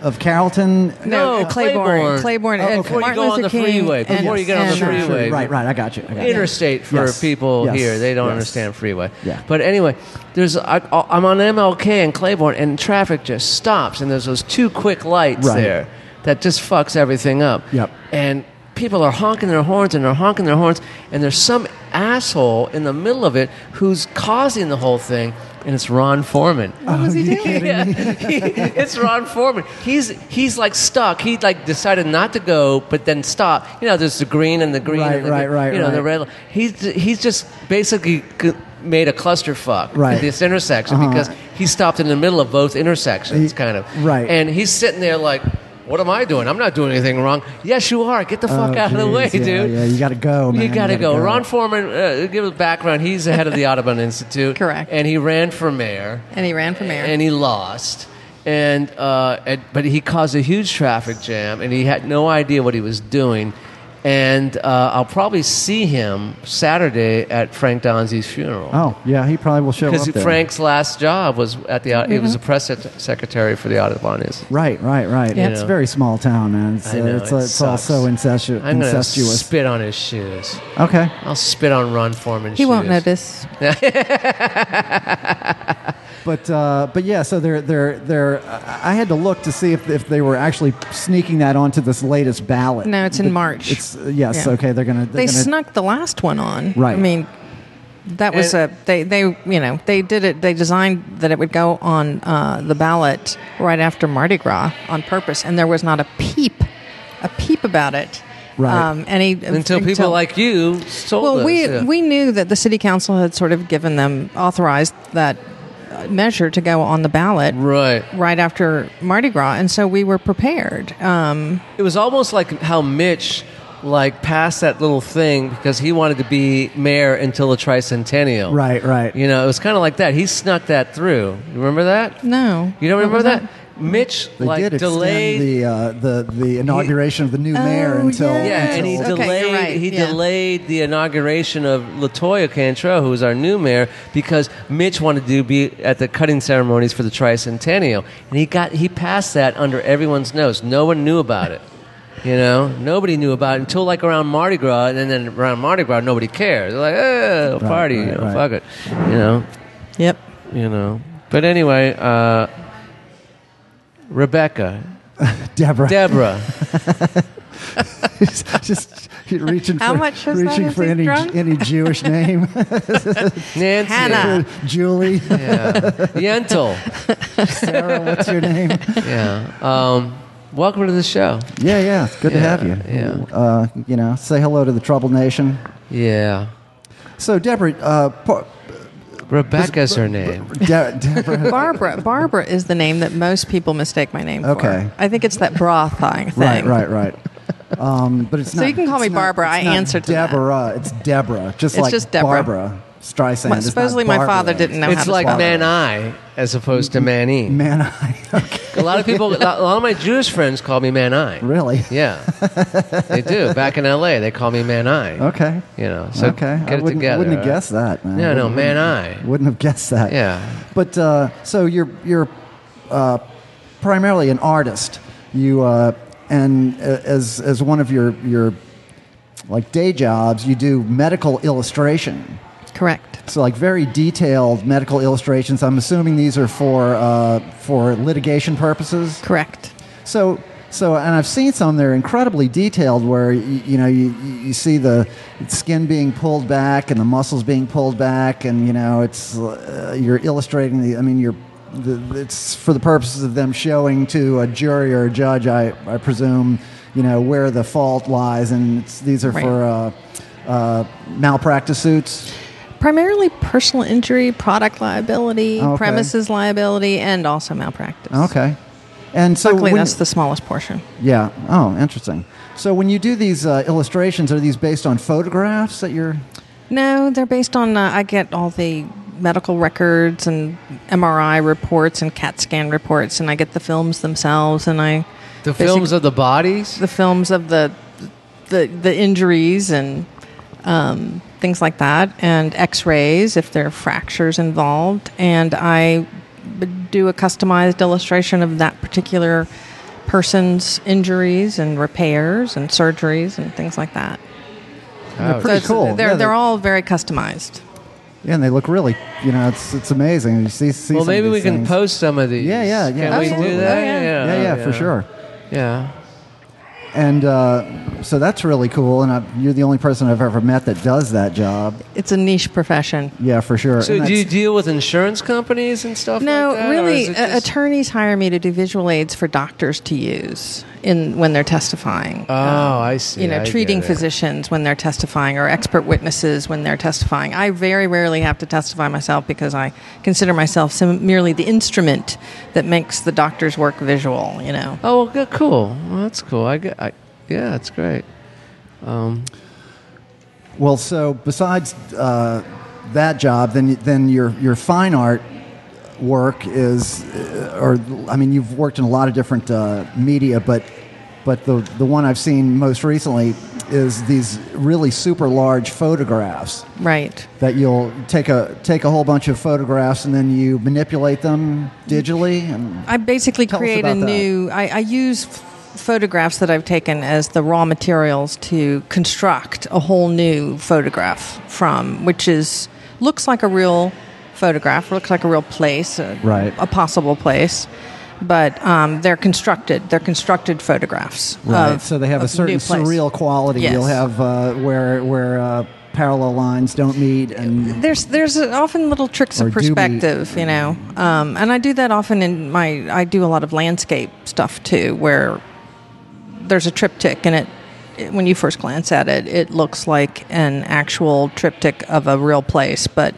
A: of Carrollton.
C: No,
B: No,
C: Claiborne.
B: Claiborne.
C: Claiborne.
A: Oh,
C: and
A: okay. Before
B: you
C: Martin
B: go on
C: Luther
B: the
C: King
B: freeway,
C: and-
B: before you get on the
C: and, uh,
A: Sure,
B: freeway.
A: Right, right. I got you. I got you.
B: interstate for
A: Yes,
B: people
A: yes,
B: here. They don't
A: yes.
B: understand freeway.
A: Yeah.
B: But anyway, there's I, I'm on MLK and Claiborne, and traffic just stops, and there's those two quick lights
A: Right.
B: there that just fucks everything up.
A: Yep.
B: And people are honking their horns and they're honking their horns, and there's some asshole in the middle of it who's causing the whole thing, and it's Ron Foreman.
A: What was he doing?
B: Yeah. *laughs* He- it's Ron Foreman. He's he's like stuck. He like decided not to go, but then stop. You know, there's the green and the green,
A: Right,
B: and the
A: right,
B: green,
A: right,
B: You know, the
A: right.
B: red. li- He's he's just basically g- made a clusterfuck
A: Right. Uh-huh.
B: at this intersection because he stopped in the middle of both intersections,
A: He-
B: kind of.
A: right.
B: And he's sitting there like. What am I doing? I'm not doing anything wrong. Yes, you are. Get the fuck out of the way,
A: Oh, yeah,
B: dude.
A: Yeah, you got to go, man.
B: You got to go. Ron Foreman, uh, give a background. He's the head
A: *laughs*
B: of the Audubon Institute.
C: Correct.
B: And he ran for mayor
C: And he ran for mayor.
B: and he lost. And, uh, and but he caused a huge traffic jam, and he had no idea what he was doing. And uh, I'll probably see him Saturday at Frank Donzi's funeral
A: Oh, yeah. He probably will show up
B: because
A: there.
B: Frank's last job was at the. He was a press sec- secretary for the Audubon Institute.
A: Right, right, right.
B: Yeah.
A: It's a very small town, man. It's,
B: I know,
A: it's,
B: it
A: it's all
B: sucks.
A: so incestu-
B: I'm gonna
A: incestuous.
B: spit on his shoes.
A: okay.
B: I'll spit on Ron Foreman's
C: he
B: shoes.
C: won't notice.
A: But uh, but yeah, so they're they're they're. I I had to look to see if, if they were actually sneaking that onto this latest ballot.
C: No, it's in
A: But
C: March.
A: It's uh, yes,
C: Yeah.
A: okay. They're gonna they're
C: they
A: gonna,
C: snuck the last one on.
A: Right.
C: I mean, that was
B: And-
C: a they they you know they did it. They designed that it would go on uh, the ballot right after Mardi Gras on purpose, and there was not a peep, a peep about it.
A: Right.
C: Um, any
B: until people like you sold
C: well,
B: us,
C: we
B: yeah.
C: we knew that the city council had sort of given them authorized that uh, measure to go on the ballot
B: right.
C: right after Mardi Gras, and so we were prepared. Um,
B: It was almost like how Mitch like passed that little thing because he wanted to be mayor until the tricentennial.
A: Right, right.
B: You know, it was kind of like that. He snuck that through. You remember that?
C: no,
B: You don't
C: What
B: remember
C: was
B: that? Mitch
A: They
B: like
A: did extend
B: delayed
A: the, uh, the the inauguration of the new mayor
C: Oh,
A: until
C: yes.
B: Yeah, and he
A: until-
C: Okay, you're
B: delayed.
C: right,
B: He
C: yeah.
B: delayed the inauguration of Latoya Cantrell, who was our new mayor, because Mitch wanted to be at the cutting ceremonies for the tricentennial, and he got he passed that under everyone's nose. No one knew about it. You know, nobody knew about it until like around Mardi Gras, and then around Mardi Gras, nobody cared. They're like, "Eh, party,
A: right,
B: you know,
A: right.
B: fuck it," you know,
C: Yep.
B: you know. But anyway, uh, Rebecca,
A: Deborah.
B: Deborah.
A: *laughs* just reaching
C: How
A: for,
C: much is that?
A: reaching
C: Is
A: for
C: he
A: any
C: drunk?
A: any Jewish name. *laughs*
B: Nancy,
C: *laughs* Hannah.
A: Julie,
B: Yeah. Yentl.
A: Sarah, what's your name?
B: Yeah. Um, welcome to the show.
A: Yeah, yeah, it's good to
B: Yeah,
A: have you.
B: yeah.
A: Uh, you know, say hello to the troubled nation.
B: Yeah.
A: So, Deborah, uh, par-
B: Rebecca's her name.
A: De- *laughs*
C: *laughs*
A: Deborah,
C: Barbara. Barbara is the name that most people mistake my name for.
A: Okay.
C: I think it's that bra thing.
A: right,
C: thing.
A: right, right. Um, but it's
C: So
A: not,
C: you can call
A: it's
C: me
A: not-
C: Barbara.
A: it's
C: I
A: not
C: answer to that.
A: Deborah. It's Deborah, just
C: It's
A: like
C: just Deborah.
A: Barbara Streisand.
C: Well,
A: It's not
C: supposedly my
A: Barbara.
C: father didn't know how
B: It's
C: to
B: like
C: spell it.
B: man I as opposed to man E.
A: *laughs* Man, I *laughs* okay,
B: A lot of people, a lot of my Jewish friends call me man I.
C: *laughs*
A: really
B: Yeah. They do. Back in LA, they call me man I.
A: okay.
B: You know, so
A: okay,
B: get
A: I
B: it
A: wouldn't,
B: together.
A: wouldn't have
B: right?
A: guessed that. Man.
B: Yeah, no,
A: Wouldn't-
B: man I.
A: Wouldn't have guessed that.
B: Yeah.
A: But uh, so you're you're uh, primarily an artist. You uh, and a- as as one of your your like day jobs, you do medical illustration.
C: Correct.
A: So like very detailed medical illustrations. I'm assuming these are for uh, for litigation purposes.
C: Correct.
A: So, so, and I've seen some. They're incredibly detailed, where you, you know you, you you see the skin being pulled back and the muscles being pulled back, and you know it's uh, you're illustrating the. I mean, you're the, it's for the purposes of them showing to a jury or a judge, I, I presume, you know where the fault lies, and it's, these are
C: Right.
A: for uh, uh, malpractice suits.
C: Primarily personal injury, product liability,
A: Oh, Okay.
C: premises liability, and also malpractice.
A: Okay, and so
C: Luckily,
A: when-
C: that's the smallest portion.
A: yeah. Oh, interesting. So when you do these uh, illustrations, are these based on photographs that you're
C: No, they're based on. Uh, I get all the medical records and MRI reports and CAT scan reports, and I get the films themselves, and I
B: The
C: basically-
B: films of the bodies?
C: the films of the the the injuries and um, things like that, and X-rays if there are fractures involved, and I b- do a customized illustration of that particular person's injuries and repairs and surgeries and things like that.
A: They're
B: Ouch.
A: pretty
C: it's-
A: cool.
C: Oh, They're
A: yeah,
C: they're all very customized.
A: yeah, and they look really. You know, it's it's amazing. You see, see
B: Well,
A: some of
B: maybe we
A: these
B: can
A: things.
B: post some of these.
A: Yeah, yeah, yeah,
B: Can we
A: absolutely.
B: do that?
C: Oh, yeah.
A: Yeah, yeah, for sure.
B: Yeah.
A: And uh, so that's really cool. And I, you're the only person I've ever met that does that job.
C: It's a niche profession.
A: Yeah, for sure.
B: So,
A: And
B: do you
A: that's-
B: deal with insurance companies and stuff?
C: No,
B: like that, or
C: really,
B: is it
C: a-
B: just-
C: attorneys hire me to do visual aids for doctors to use in when they're testifying.
B: Oh, I see.
C: you know,
B: I
C: treating
B: get it.
C: physicians when they're testifying or expert witnesses when they're testifying. I very rarely have to testify myself because I consider myself sim- merely the instrument that makes the doctor's work visual, you know.
B: Oh, well, good, cool. Well, that's cool. I get. I, yeah, it's great. Um,
A: well, so besides uh, that job, then then your your fine art work is, uh, or I mean, you've worked in a lot of different uh, media, but but the the one I've seen most recently is these really super large photographs.
C: Right.
A: that you'll take a take a whole bunch of photographs and then you manipulate them digitally and
C: I basically
A: Tell us
C: create a
A: about that.
C: new. I, I use f- photographs that I've taken as the raw materials to construct a whole new photograph from, which is looks like a real photograph, looks like a real place, a,
A: Right.
C: a possible place. But um, they're constructed. They're constructed photographs. of-
A: so they have a
C: of
A: certain
C: new place.
A: surreal quality
C: Yes.
A: you'll have uh, where where uh, parallel lines don't meet and
C: there's there's often little tricks
A: Or
C: of
A: do we-
C: perspective, you know, um, and I do that often in my I do a lot of landscape stuff too, where there's a triptych and it when you first glance at it, it looks like an actual triptych of a real place, but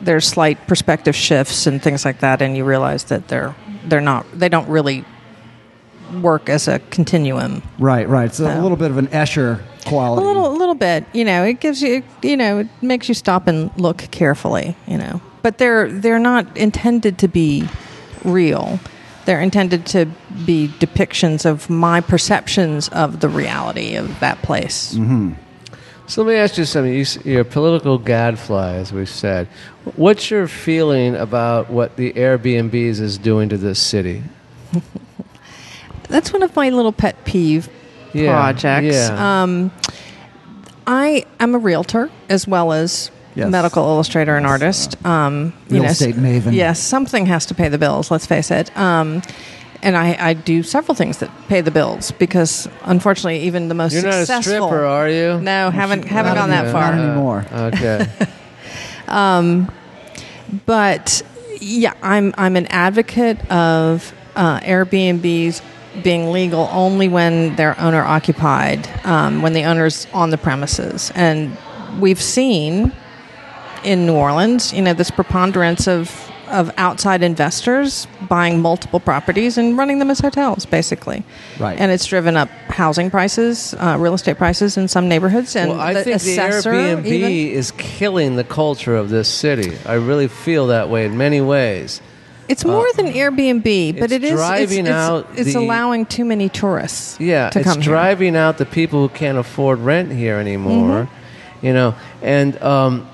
C: there's slight perspective shifts and things like that, and you realize that they're they're not they don't really work as a continuum.
A: Right, right. It's a little bit of an Escher
C: A
A: quality.
C: little, a little bit. You know, it gives you, you know, it makes you stop and look carefully. You know, but they're they're not intended to be real. They're intended to be depictions of my perceptions of the reality of that place.
B: So let me ask you something. You, s- you're a political gadfly, as we've said. What's your feeling about what the Airbnbs is doing to this city?
C: That's one of my little pet peeve
B: Yeah,
C: projects.
B: yeah.
C: Um, I am a realtor as well as
A: Yes.
C: medical illustrator and artist. Um,
A: Real estate maven.
C: Yes, something has to pay the bills. Let's face it. Um, and I, I do several things that pay the bills because, unfortunately, even the most
B: You're not a
C: successful.
B: stripper, are you?
C: No, haven't haven't
A: not
C: gone
A: any-
C: that far.
A: Not anymore.
B: *laughs* Okay.
C: but yeah, I'm I'm an advocate of uh, Airbnbs being legal only when they're owner occupied, um, when the owner's on the premises, and we've seen in New Orleans, you know, this preponderance of of outside investors buying multiple properties and running them as hotels, basically.
A: Right.
C: And it's driven up housing prices, uh, real estate prices in some neighborhoods, and
B: well, I
C: the
B: think the
C: assessor
B: Airbnb
C: even-
B: is killing the culture of this city. I really feel that way in many ways.
C: It's more than Airbnb, but
B: Uh, it's
C: it is
B: driving
C: it's, it's,
B: out
C: it's
B: the-
C: allowing too many tourists.
B: Yeah,
C: to
B: it's
C: come here.
B: driving out the people who can't afford rent here anymore.
C: Mm-hmm.
B: You know, and um,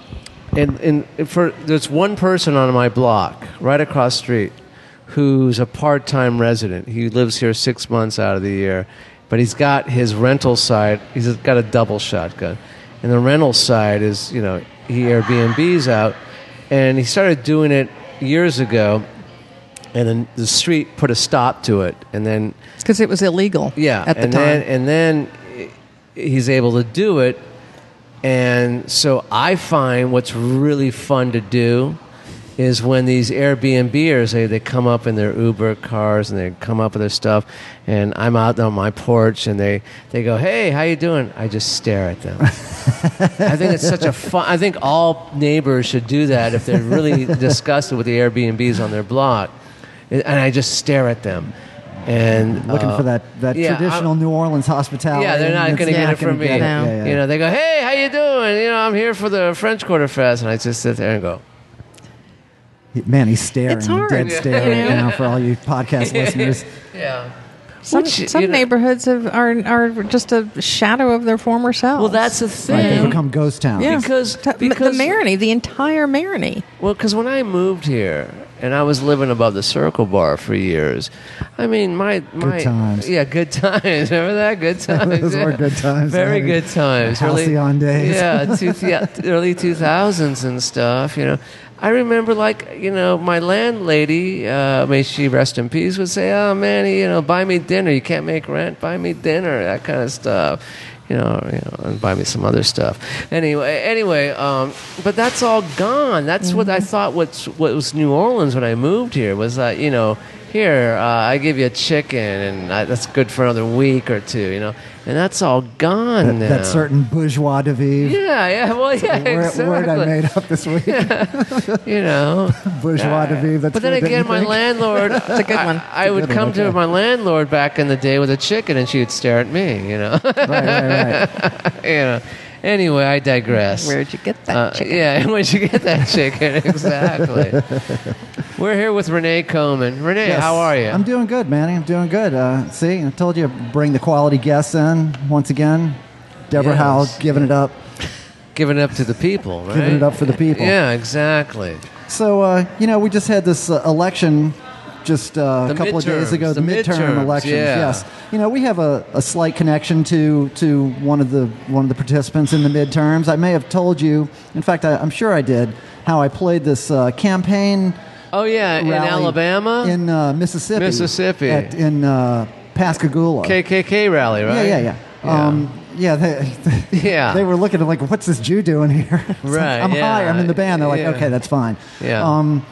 B: and and for there's one person on my block right across the street who's a part-time resident. He lives here six months out of the year, but he's got his rental side. He's got a double shotgun, and the rental side is you know he Airbnbs out, and he started doing it years ago. And then the street put a stop to it, and then
C: because it was illegal.
B: yeah,
C: at the
B: and
C: time.
B: Then, and then he's able to do it. And so I find what's really fun to do is when these Airbnbers they, they come up in their Uber cars and they come up with their stuff and I'm out on my porch and they, they go, Hey, how you doing? I just stare at them. I think it's such a fun. I think all neighbors should do that if they're
C: *laughs*
B: really disgusted with the Airbnbs on their block, and I just stare at them, and
A: Looking
B: uh,
A: for that, that
B: yeah,
A: traditional New Orleans hospitality.
B: yeah, they're not
A: Oh, It's
B: going to get it
A: gonna
B: from me.
A: get it.
C: No.
A: Yeah, yeah.
B: You know, they go, "Hey, how you doing? You know, I'm here for the French Quarter Fest," and I just sit there and go,
A: He- Man, he's staring.
C: It's hard,
A: Dead
C: you
A: stare right
C: know?
A: now for all you
C: *laughs*
A: podcast listeners.
B: "Yeah."
C: some,
B: Which,
C: some
B: you know-
C: neighborhoods have, are are just a shadow of their former selves.
B: Well, that's the
A: Right,
B: thing.
A: they've become ghost towns.
C: yeah.
B: because-
C: T-
B: because-
C: the Marini, the entire Marini.
B: Well, because when I moved here and I was living above the Circle Bar for years, I mean, my, my
A: times.
B: yeah, good *laughs* times. Remember that good
A: *laughs*
B: times?
A: Those were
B: Yeah.
A: good times.
B: Very
A: I mean,
B: good times.
A: halcyon days.
B: Yeah, two, yeah, early two thousands and stuff. You know, I remember like you know my landlady, uh, may she rest in peace, would say, "Oh man, you know, buy me dinner. You can't make rent. Buy me dinner. That kind of stuff." You know, you know, and buy me some other stuff. Anyway, anyway, um, but that's all gone. That's what I thought. What's what was New Orleans when I moved here was that you know here uh, I give you a chicken and I, that's good for another week or two. You know, and that's all gone now.
A: That certain bourgeois de vivre.
B: Yeah, yeah, well, yeah,
A: Word-
B: exactly.
A: word I made up this
B: *laughs*
A: week.
B: You know,
A: Bourgeois de vivre. *laughs* That's
B: but then
A: good, don't
B: again,
A: you
B: my
A: think? *laughs*
B: landlord. It's
C: a good one.
B: *laughs* I, would
A: good one,
B: come to
A: okay.
B: my landlord back in the day with a chicken, and she would stare at me. You know, *laughs* you
A: Right,
B: *laughs*
A: right, right.
B: know. Anyway, I digress.
C: Where'd you get that
B: Uh,
C: chicken?
B: yeah, *laughs* where'd you get that
A: *laughs*
B: chicken? exactly. We're here with Renee Coman. Renee,
A: Yes.
B: how are you?
A: I'm doing good, Manny. I'm doing good. Uh, see, I told you, bring the quality guests in once again. Deborah
B: Yes.
A: Howell giving it up,
B: giving it up to the people, right?
A: giving it up for the people.
B: Yeah, exactly.
A: So, uh, you know, we just had this uh, election just uh,
B: The
A: a couple of days
B: midterms,
A: ago, the,
B: the
A: midterm
B: midterms,
A: elections.
B: yeah.
A: Yes, you know, we have a, a slight connection to to one of the one of the participants in the midterms. I may have told you, in fact, I, I'm sure I did, how I played this uh, campaign
B: Oh yeah, in
A: rally
B: Alabama,
A: in uh, Mississippi,
B: Mississippi.
A: at, in uh, Pascagoula.
B: KKK rally, right?
A: Yeah, yeah, yeah.
B: Yeah.
A: Yeah, um, yeah, they,
B: *laughs* Yeah.
A: They were looking at like, what's this Jew doing here? *laughs* It's like,
B: Right,
A: I'm
B: yeah.
A: high. I'm in the band. They're like,
B: Yeah.
A: okay, that's fine.
B: Yeah.
A: Um,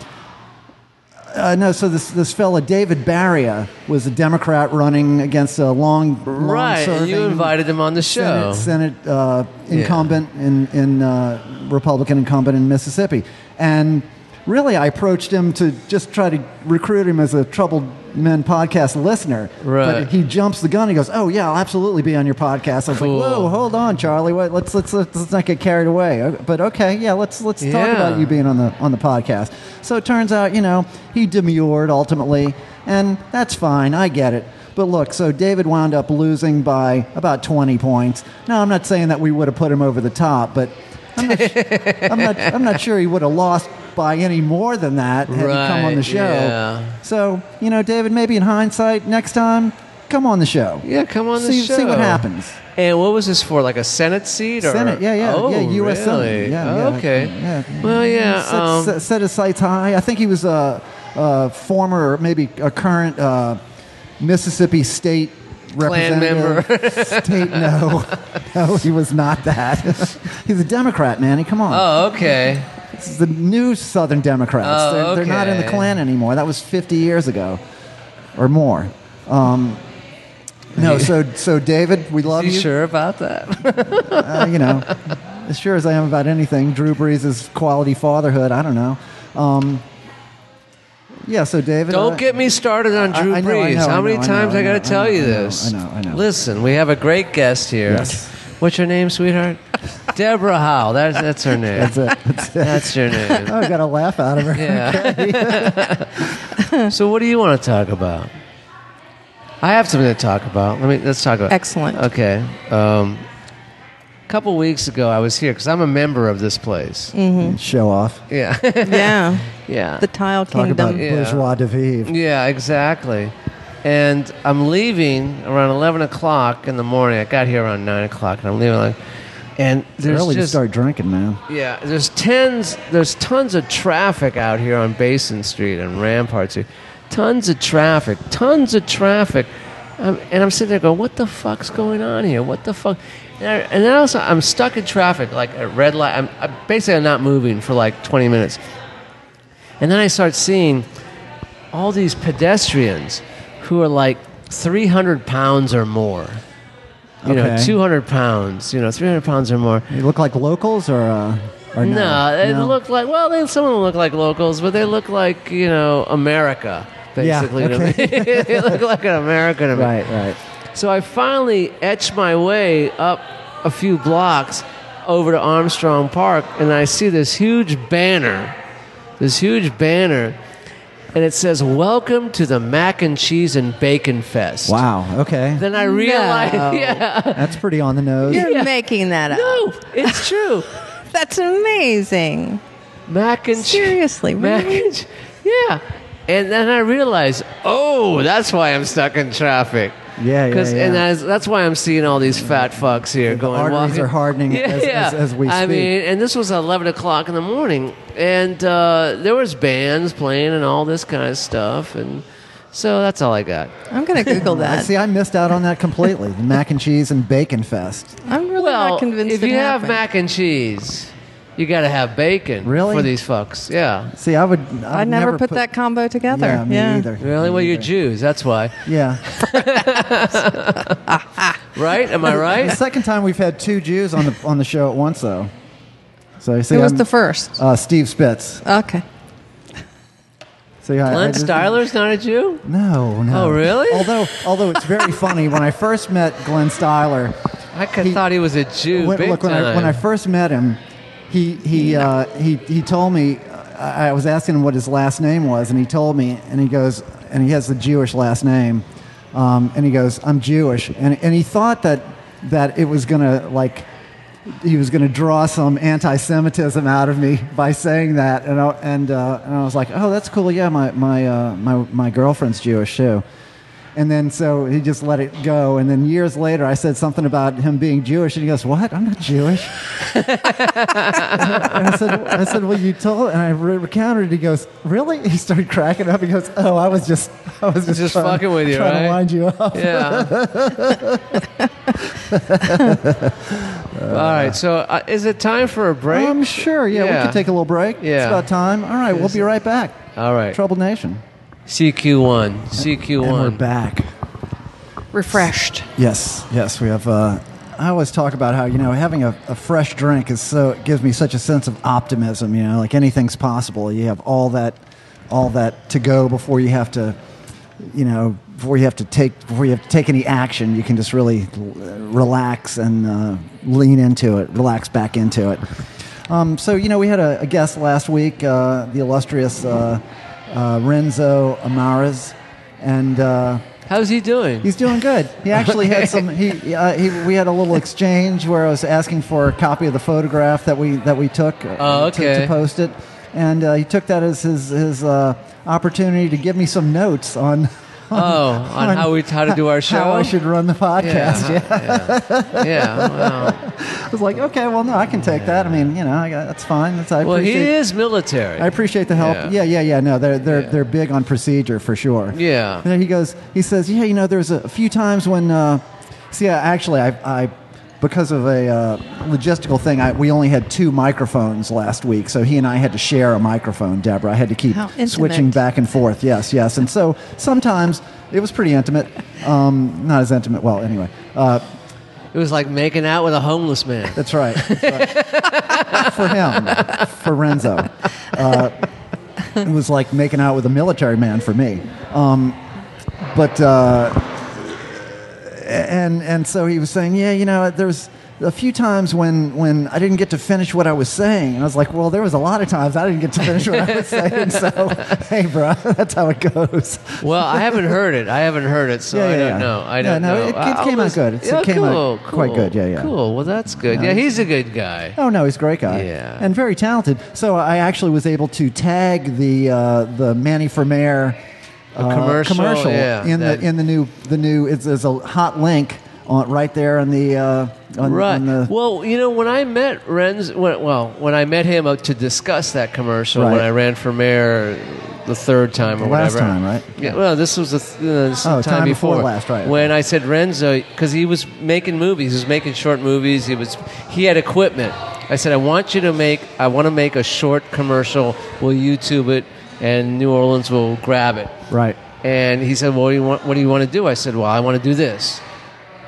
A: Uh, no, so this this fella David Barria was a Democrat running against a long,
B: Right, and you
A: long-serving
B: invited him on the show.
A: Senate, Senate uh, incumbent in in uh, Republican incumbent in Mississippi, and really I approached him to just try to recruit him as a troubled men podcast listener.
B: Right.
A: But he jumps the gun. He goes, "Oh yeah, I'll absolutely be on your podcast." I was
B: Cool.
A: like, "Whoa, hold on, Charlie. Wait, let's let's let's, let's not get carried away." Uh, But okay, yeah, let's let's talk
B: Yeah.
A: about you being on the on the podcast. So it turns out, you know, he demurred ultimately, and that's fine. I get it. But look, so David wound up losing by about 20 points. Now, I'm not saying that we would have put him over the top, but I'm not, *laughs* I'm not, I'm not sure he would have lost by any more than that had he come on the
B: Right,
A: show.
B: yeah.
A: So, you know, David, maybe in hindsight, next time, come on the show.
B: Yeah, come on the
A: see,
B: show.
A: See what happens.
B: And what was this for? Like a Senate seat or
A: Senate, yeah, yeah,
B: oh,
A: yeah, U.S.
B: really?
A: Senate, yeah,
B: Oh,
A: yeah,
B: okay.
A: yeah.
B: Well, yeah.
A: set,
B: um,
A: set, set his sights high. I think he was a, a former, or maybe a current uh, Mississippi state
B: Klan
A: representative.
B: *laughs*
A: state, no, no, he was not that. *laughs* He's a Democrat, Manny. Come on,
B: oh, okay.
A: this is the new Southern Democrats.
B: Oh,
A: they're, they're not in the
B: okay.
A: Klan anymore. That was 50 years ago, or more. Um, no, so so David, we love
B: you
A: you.
B: sure about
A: *laughs*
B: that?
A: Uh, you
C: *laughs*
A: know, as sure as I am about anything, Drew Brees is quality fatherhood. I don't know. Um, yeah, so David. uh,
B: Don't get me started on
A: I-
B: Drew
A: I know, I
B: Brees.
A: know, I
B: How many
A: know, I
B: times
A: know,
B: I,
A: I
B: got
A: know,
B: to tell
A: I
B: you
A: know,
B: this?
A: I know, I know.
B: Listen, we have a great guest here.
A: Yes.
B: What's your
A: *laughs*
B: name, sweetheart? Deborah Howe. That's that's her name.
A: That's
B: *laughs*
A: it. That's it.
B: That's
A: *laughs*
B: your name.
A: Oh, I got a laugh out of her.
B: Yeah. so, what do you want to talk about? I have something to talk about. Let me let's talk about.
C: Excellent.
B: Okay. Um, a couple weeks ago, I was here because I'm a member of this place.
A: Show off.
B: Yeah. *laughs*
C: yeah.
B: yeah.
C: Mm. *laughs* The Tile
A: Talk about
C: Kingdom.
B: Yeah.
A: bourgeois de vivre.
B: Yeah, exactly. And I'm leaving around 11 o'clock in the morning. I got here around 9 o'clock, and I'm leaving. Like, and
A: It's
B: there's
A: early to
B: just
A: start drinking, man.
B: yeah, there's tens, there's tons of traffic out here on Basin Street and Rampart Street. Tons of traffic, tons of traffic. Um, and I'm sitting there going, what the fuck's going on here? What the fuck? And, I, and then also, I'm stuck in traffic, like at red light. I'm, I'm basically I'm not moving for like 20 minutes. And then I start seeing all these pedestrians who are like 300 pounds or more. You know,
A: Okay.
B: 200 pounds, you know, 300 pounds or more.
A: You look like locals or, uh, or no?
B: No, they look like well, they, some of them look like locals, but they look like you know America
A: Yeah,
B: basically. to me. *laughs* they look like an American. to me.
A: Right, right.
B: So I finally etch my way up a few blocks over to Armstrong Park, and I see this huge banner, this huge banner, and it says "Welcome to the Mac and Cheese and Bacon Fest."
A: Wow. Okay.
B: Then I realized, *laughs* yeah,
A: That's pretty on the nose.
C: You're making that up.
B: no, it's true. *laughs*
C: That's amazing.
B: Mac and cheese.
C: Seriously,
B: Mac
C: really?
B: and che- yeah. And then I realized, oh, that's why I'm stuck in traffic.
A: Yeah, yeah,
B: 'Cause- And
A: yeah.
B: that's, that's why I'm seeing all these fat fucks here going.
A: arteries
B: walking.
A: are
B: *laughs*
A: hardening as- as- as we
B: I
A: speak.
B: mean, and this was 11 o'clock in the morning, and uh, there was bands playing and all this kind of stuff, and so that's all I got.
C: I'm going to Google
A: I
C: that.
A: see. I missed out on that completely. The mac and cheese and bacon fest.
C: I'm really
B: Well,
C: not convinced
B: if
C: it
B: you have
C: happened.
B: mac and cheese, you got to have bacon
A: Really?
B: for these fucks. Yeah.
A: See, I would. I, would
C: I never, put, that combo together.
A: Yeah, me either.
B: Really?
A: Me
B: Well, you're
A: either.
B: Jews. That's why.
A: Yeah.
B: Right? Am I
A: The
B: right?
A: second time we've had two Jews on the on the show at once, though. So you see,
C: It was
A: I'm-
C: the first.
A: Uh, Steve Spitz.
C: Okay.
A: So yeah, *laughs* I- I
B: Glenn
A: just-
B: Styler's not a Jew?
A: No, no.
B: Oh, really?
A: Although, although it's very funny. When I first met Glenn Styler,
B: I could,
A: He-
B: thought he was a Jew.
A: when,
B: big
A: look when I,
B: time.
A: when I first met him, he he uh, he he told me I I was asking him what his last name was, and he told me, and he goes, and he has the Jewish last name, um, and he goes, I'm Jewish, and and he thought that that it was gonna like. He was going to draw some anti-Semitism out of me by saying that, and I, and uh, and I was like, "Oh, that's cool. Yeah, my my uh, my my girlfriend's Jewish too." And then so he just let it go. And then years later, I said something about him being Jewish, and he goes, "What? I'm not Jewish." and I said, "I said, well, you told." And I re- recounted. it. He goes, "Really?" He started cracking up. He goes, "Oh, I was just, I was just,
B: Just
A: trying to-
B: fucking with you,
A: trying
B: right?"
A: to wind you up."
B: *laughs*
A: *laughs*
B: yeah. All right. So uh, is it time for a break?
A: I'm Um, sure. Yeah, we
B: Yeah.
A: could take a little break.
B: Yeah.
A: It's about time. All right, we'll be right back.
B: All right.
A: Troubled Nation.
B: CQ1. CQ1.
A: And we're back.
C: refreshed.
A: Yes, yes, we have. Uh, I always talk about how you know having a, a fresh drink is so it gives me such a sense of optimism. You know, like anything's possible. You have all that, all that to go before you have to, you know, before you have to take before you have to take any action. You can just really uh, relax and uh, lean into it, relax back into it. Um, so you know, we had a, a guest last week, uh, the illustrious uh, uh, Renzo Amaras, and. Uh,
B: How's he doing?
A: He's doing good. He actually had some. He, uh, he we had a little exchange where I was asking for a copy of the photograph that we that we took uh,
B: Oh,
A: to- to,
B: okay.
A: post it, and uh, he took that as his his uh, opportunity to give me some notes on.
B: oh, on, how we how to do our
A: *laughs*
B: show.
A: How I should run the podcast. *laughs* Yeah. *laughs*
B: yeah. yeah, wow.
A: I was like, okay, well, no, I can take that. I mean, you know, I got, that's fine. That's I
B: Well, he
A: appreciate.
B: is military.
A: I appreciate the help.
B: Yeah.
A: Yeah, yeah, yeah. No, they're they're
B: Yeah.
A: they're big on procedure for sure.
B: Yeah.
A: And then he goes, he says, yeah, you know, there's a few times when, uh, see, I, actually, I, I, because of a uh, logistical thing, I, we only had two microphones last week, so he and I had to share a microphone. Deborah, I had to keep
C: How intimate.
A: switching back and forth. Yes, yes, and so sometimes it was pretty intimate, um, not as intimate. Well, anyway, uh,
B: It was like making out with a homeless man.
A: that's right. That's right. for him, for Renzo. Uh, it was like making out with a military man for me. Um, but uh, and and so he was saying, yeah, you know, there's a few times when when I didn't get to finish what I was saying, and I was like, well, there was a lot of times I didn't get to finish what I was saying. So hey, bro, *laughs* that's how it goes.
B: Well, I haven't heard it. I haven't heard it, so
A: Yeah,
B: I
A: yeah,
B: don't
A: yeah.
B: know. I
A: Yeah,
B: don't
A: no,
B: know.
A: it- it
B: I- I'll
A: came out
B: listen-
A: good. It's- it
B: yeah,
A: came out
B: cool, cool,
A: quite good. Yeah, yeah.
B: Cool. Well, that's good. Yeah, he's a good guy.
A: Oh no, he's a great guy.
B: Yeah.
A: and very talented. So I actually was able to tag the uh, the Manny for Mayor uh,
B: commercial,
A: commercial
B: yeah,
A: in
B: that-
A: the in the new the new. It's, there's a hot link on right there on the uh, on,
B: Right.
A: on the.
B: well, you know, when I met Renz, when, well, when I met him uh, to discuss that commercial when
A: Right.
B: I ran for mayor the third time or
A: The last
B: whatever.
A: time, right?
B: Yeah. Well, this was the th- uh, some
A: Oh,
B: time,
A: time before
B: before
A: last, right.
B: When I said Renzo, because he was making movies, he was making short movies. He was he had equipment. I said, I want you to make, I want to make a short commercial. We'll YouTube it, and New Orleans will grab it.
A: Right.
B: And he said, well, what do you want, what do you want to do? I said, well, I want to do this.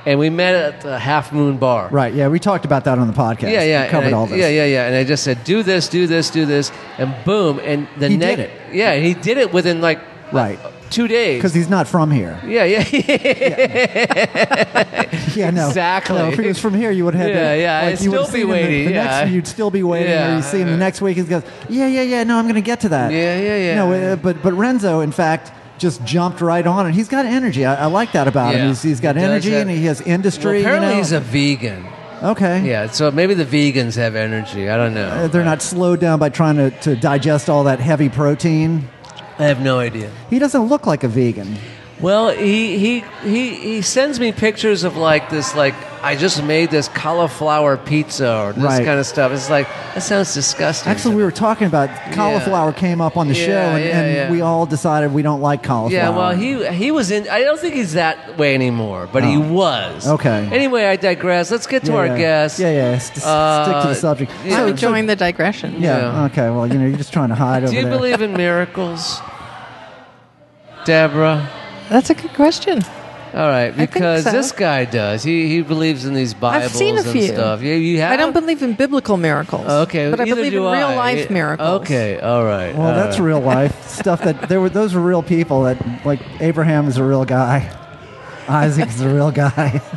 B: And we met at the Half Moon Bar.
A: Right. Yeah, we talked about that on the podcast.
B: Yeah, yeah,
A: We covered
B: and I-
A: all this.
B: Yeah, yeah, yeah. And I just said, do this, do this, do this, and boom, and the
A: He
B: next,
A: did it.
B: yeah, he did it within like
A: Right.
B: two days.
A: Because he's not from here.
B: yeah, yeah, *laughs*
A: Yeah, no.
B: Exactly.
A: No, if he was from here, you would have.
B: Yeah,
A: to,
B: yeah,
A: like,
B: I'd
A: you would
B: still be
A: see him the-
B: waiting,
A: The
B: yeah.
A: next, you'd still be waiting.
B: Yeah.
A: Or you see him the next week. He goes, yeah, yeah, yeah. No, I'm going to get to that.
B: Yeah, yeah, yeah.
A: No, uh, but but Renzo, in fact, just jumped right on it. He's got energy. I, I like that about
B: Yeah.
A: him. He's, he's got
B: He does
A: energy
B: have-
A: and he has
B: Well,
A: industry. you
B: apparently
A: know?
B: he's a vegan.
A: okay.
B: Yeah, so maybe the vegans have energy. I don't know.
A: Uh, They're not slowed down by trying to, to digest all that heavy protein.
B: I have no idea.
A: He doesn't look like a vegan.
B: Well, he he he he sends me pictures of like this like I just made this cauliflower pizza or this
A: Right.
B: kind of stuff. It's like that sounds disgusting.
A: Actually, we were talking about cauliflower came up on the
B: Yeah,
A: show, and,
B: yeah,
A: and
B: yeah.
A: we all decided we don't like cauliflower.
B: Yeah, well, he he was in. I don't think he's that way anymore, but he
A: Oh.
B: was.
A: Okay.
B: Anyway, I digress. Let's get to
A: yeah,
B: our
A: yeah.
B: guest.
A: Yeah, yeah. St-
B: Uh,
A: stick to the subject.
B: yeah.
C: I
B: So-
C: would join the digression.
A: yeah.
B: Yeah.
A: Okay. Well, you know, you're just trying to hide over
B: *laughs* Do you
A: there.
B: believe in miracles, Deborah?
C: That's a good question.
B: All right,
C: think
B: because
C: so.
B: this guy does. He he believes in these Bibles
C: I've seen a
B: and
C: few.
B: stuff. Yeah, you have.
C: I don't believe in biblical miracles.
B: Okay,
C: but I
B: neither
C: believe in
B: do
C: real
B: I.
C: life
B: Yeah,
C: miracles.
B: Okay, all right.
A: well,
B: all
A: that's
B: right.
A: real
B: *laughs*
A: life stuff. That there were those were real people. That like Abraham is a real guy. *laughs* Isaac's a real guy. *laughs*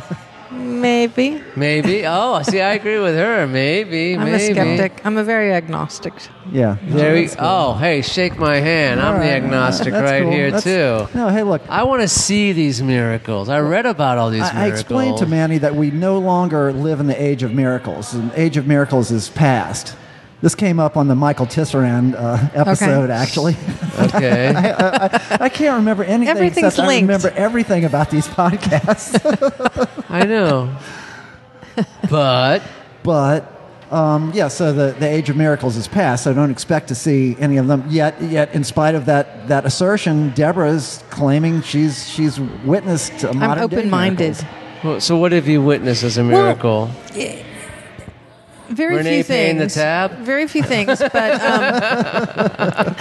C: Maybe.
B: maybe. Oh, see, I agree with her. Maybe,
C: *laughs* I'm
B: maybe.
C: a skeptic. I'm a very agnostic.
A: yeah.
B: There we, oh, hey, shake my hand. I'm the
A: All right,
B: agnostic
A: that's
B: right
A: cool.
B: here
A: That's-
B: too.
A: No, hey, look.
B: I want to see these miracles. I read about all these
A: I, I
B: miracles.
A: explained to Manny that we no longer live in the age of miracles. The age of miracles is past. This came up on the Michael Tisserand uh, episode, actually.
B: Okay.
A: I can't remember anything
C: Everything's
A: except I
C: linked.
A: remember everything about these podcasts. *laughs*
B: I know. But
A: But um, yeah, so the, the age of miracles is past. So don't expect to see any of them yet. Yet, in spite of that that assertion, Deborah's claiming she's she's witnessed a modern
C: I'm open-minded.
B: well, so what have you witnessed as a miracle?
C: Very
B: Renee
C: few
B: paying *laughs*
C: things.
B: the tab?
A: *laughs*
C: Very few things, but um,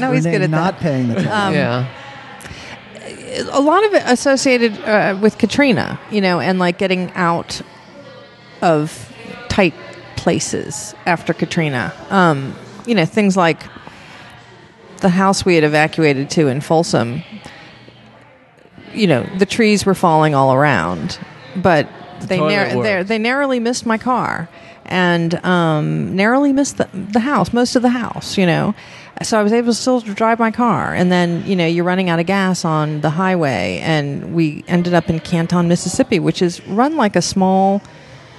C: no, he's
A: Renee
C: good at
A: not
C: that.
A: paying the time.
B: yeah.
C: a lot of it associated uh, with Katrina, you know, and like getting out of tight places after Katrina. Um, you know, things like the house we had evacuated to in Folsom. You know, the trees were falling all around, but they
B: toilet
C: nar-
B: worked.
C: they they narrowly missed my car and um, narrowly missed the, the house, most of the house, you know. So I was able to still drive my car. And then, you know, you're running out of gas on the highway. And we ended up in Canton, Mississippi, which is run like a small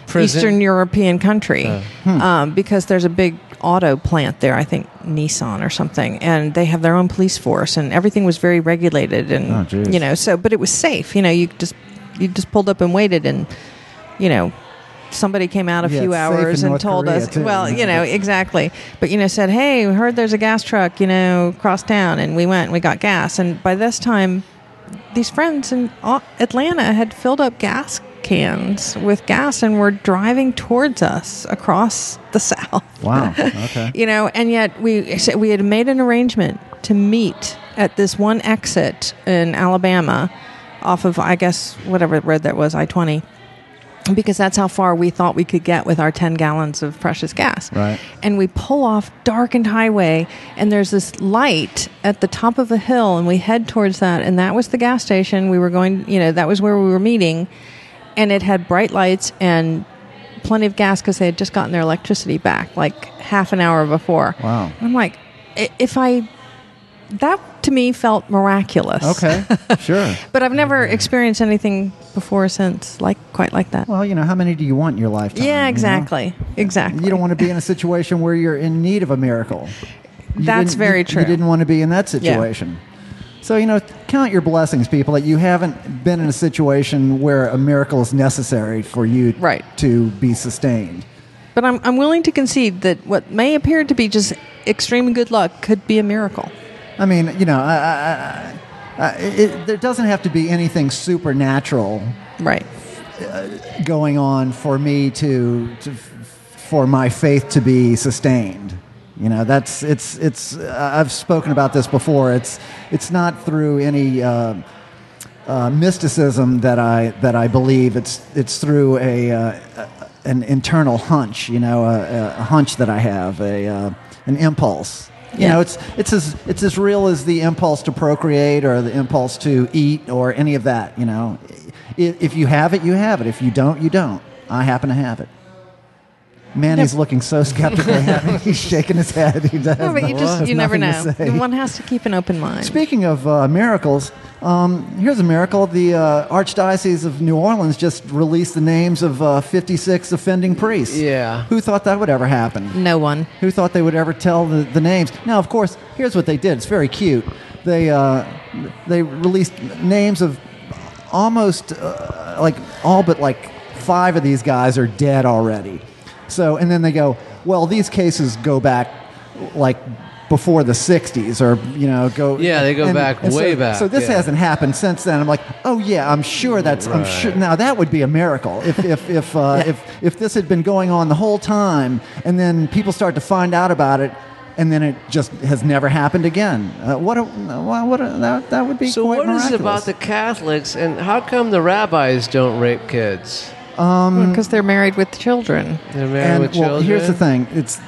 B: Prison.
C: Eastern European country um, because there's a big auto plant there, I think Nissan or something. And they have their own police force and everything was very regulated. And,
A: Oh, geez.
C: you know, so, but it was safe. You know, you just, you just pulled up and waited and, you know, somebody came out a
A: Yeah,
C: few
A: it's safe
C: hours
A: in
C: and
A: North
C: told
A: Korea,
C: us,
A: too.
C: well, you know, exactly. But, you know, said, hey, we heard there's a gas truck, you know, cross town. And we went and we got gas. And by this time, these friends in Au- Atlanta had filled up gas cans with gas and were driving towards us across the *laughs* South
A: Wow.
C: *laughs*
A: Okay.
C: you know and yet we so we had made an arrangement to meet at this one exit in alabama off of i guess whatever road that was i-20 because that's how far we thought we could get with our 10 gallons of precious gas
A: Right.
C: and we pull off darkened highway and there's this light at the top of a hill and we head towards that and that was the gas station we were going you know that was where we were meeting and it had bright lights and plenty of gas because they had just gotten their electricity back like half an hour before
A: Wow.
C: i'm like i- if i that to me felt miraculous
A: Okay.
C: *laughs*
A: Sure.
C: but i've never experienced anything before or since like quite like that
A: Well, you know, how many do you want in your lifetime? you
C: yeah
A: know?
C: exactly exactly
A: You don't want to be in a situation where you're in need of a miracle. You didn't-
C: That's
A: you-
C: very true.
A: You didn't want to be in that situation. So, you know, count your blessings, people, that you haven't been in a situation where a miracle is necessary for you
C: Right.
A: to be sustained.
C: But I'm, I'm willing to concede that what may appear to be just extreme good luck could be a miracle.
A: I mean, you know, I, I, I, I, it, there doesn't have to be anything supernatural
C: Right.
A: going on for me to, to for my faith to be sustained. You know, that's it's it's. Uh, I've spoken about this before. It's it's not through any. Uh, uh, mysticism that I that I believe it's it's through a, uh, a an internal hunch, you know, a, a hunch that I have, a uh, an impulse. You
C: Yeah.
A: know, it's it's as it's as real as the impulse to procreate or the impulse to eat or any of that. You know, if, if you have it, you have it. If you don't, you don't. I happen to have it. Man, he's looking so skeptical.
C: *laughs*
A: *laughs* he's shaking his head. He does
C: No, but you just, you never know. One has to keep an open mind.
A: Speaking of uh, miracles, um, here's a miracle. The uh, Archdiocese of New Orleans just released the names of uh, 56 offending priests.
B: Yeah.
A: Who thought that would ever happen?
C: no one.
A: Who thought they would ever tell the, the names? Now, of course, here's what they did. It's very cute. They, uh, they released names of almost uh, like all but like five of these guys are dead already. So, and then they go, well, these cases go back like before the 60s or, you know, go.
B: Yeah, they go back
A: so-
B: way back,
A: So this
B: yeah.
A: hasn't happened since then. I'm like, oh yeah, I'm sure that's. I'm sure now that would be a miracle if if if uh, if if this had been going on the whole time, and then people start to find out about it. And then it just has never happened again. Uh, what? A, wha- what? A, that, that would be
B: So
A: quite
B: what is it
A: miraculous.
B: about the Catholics and how come the rabbis don't rape kids?
A: Hmm.
C: Because they're married with children.
B: They're married
A: and
B: with
A: well,
B: children.
A: here's the thing: it's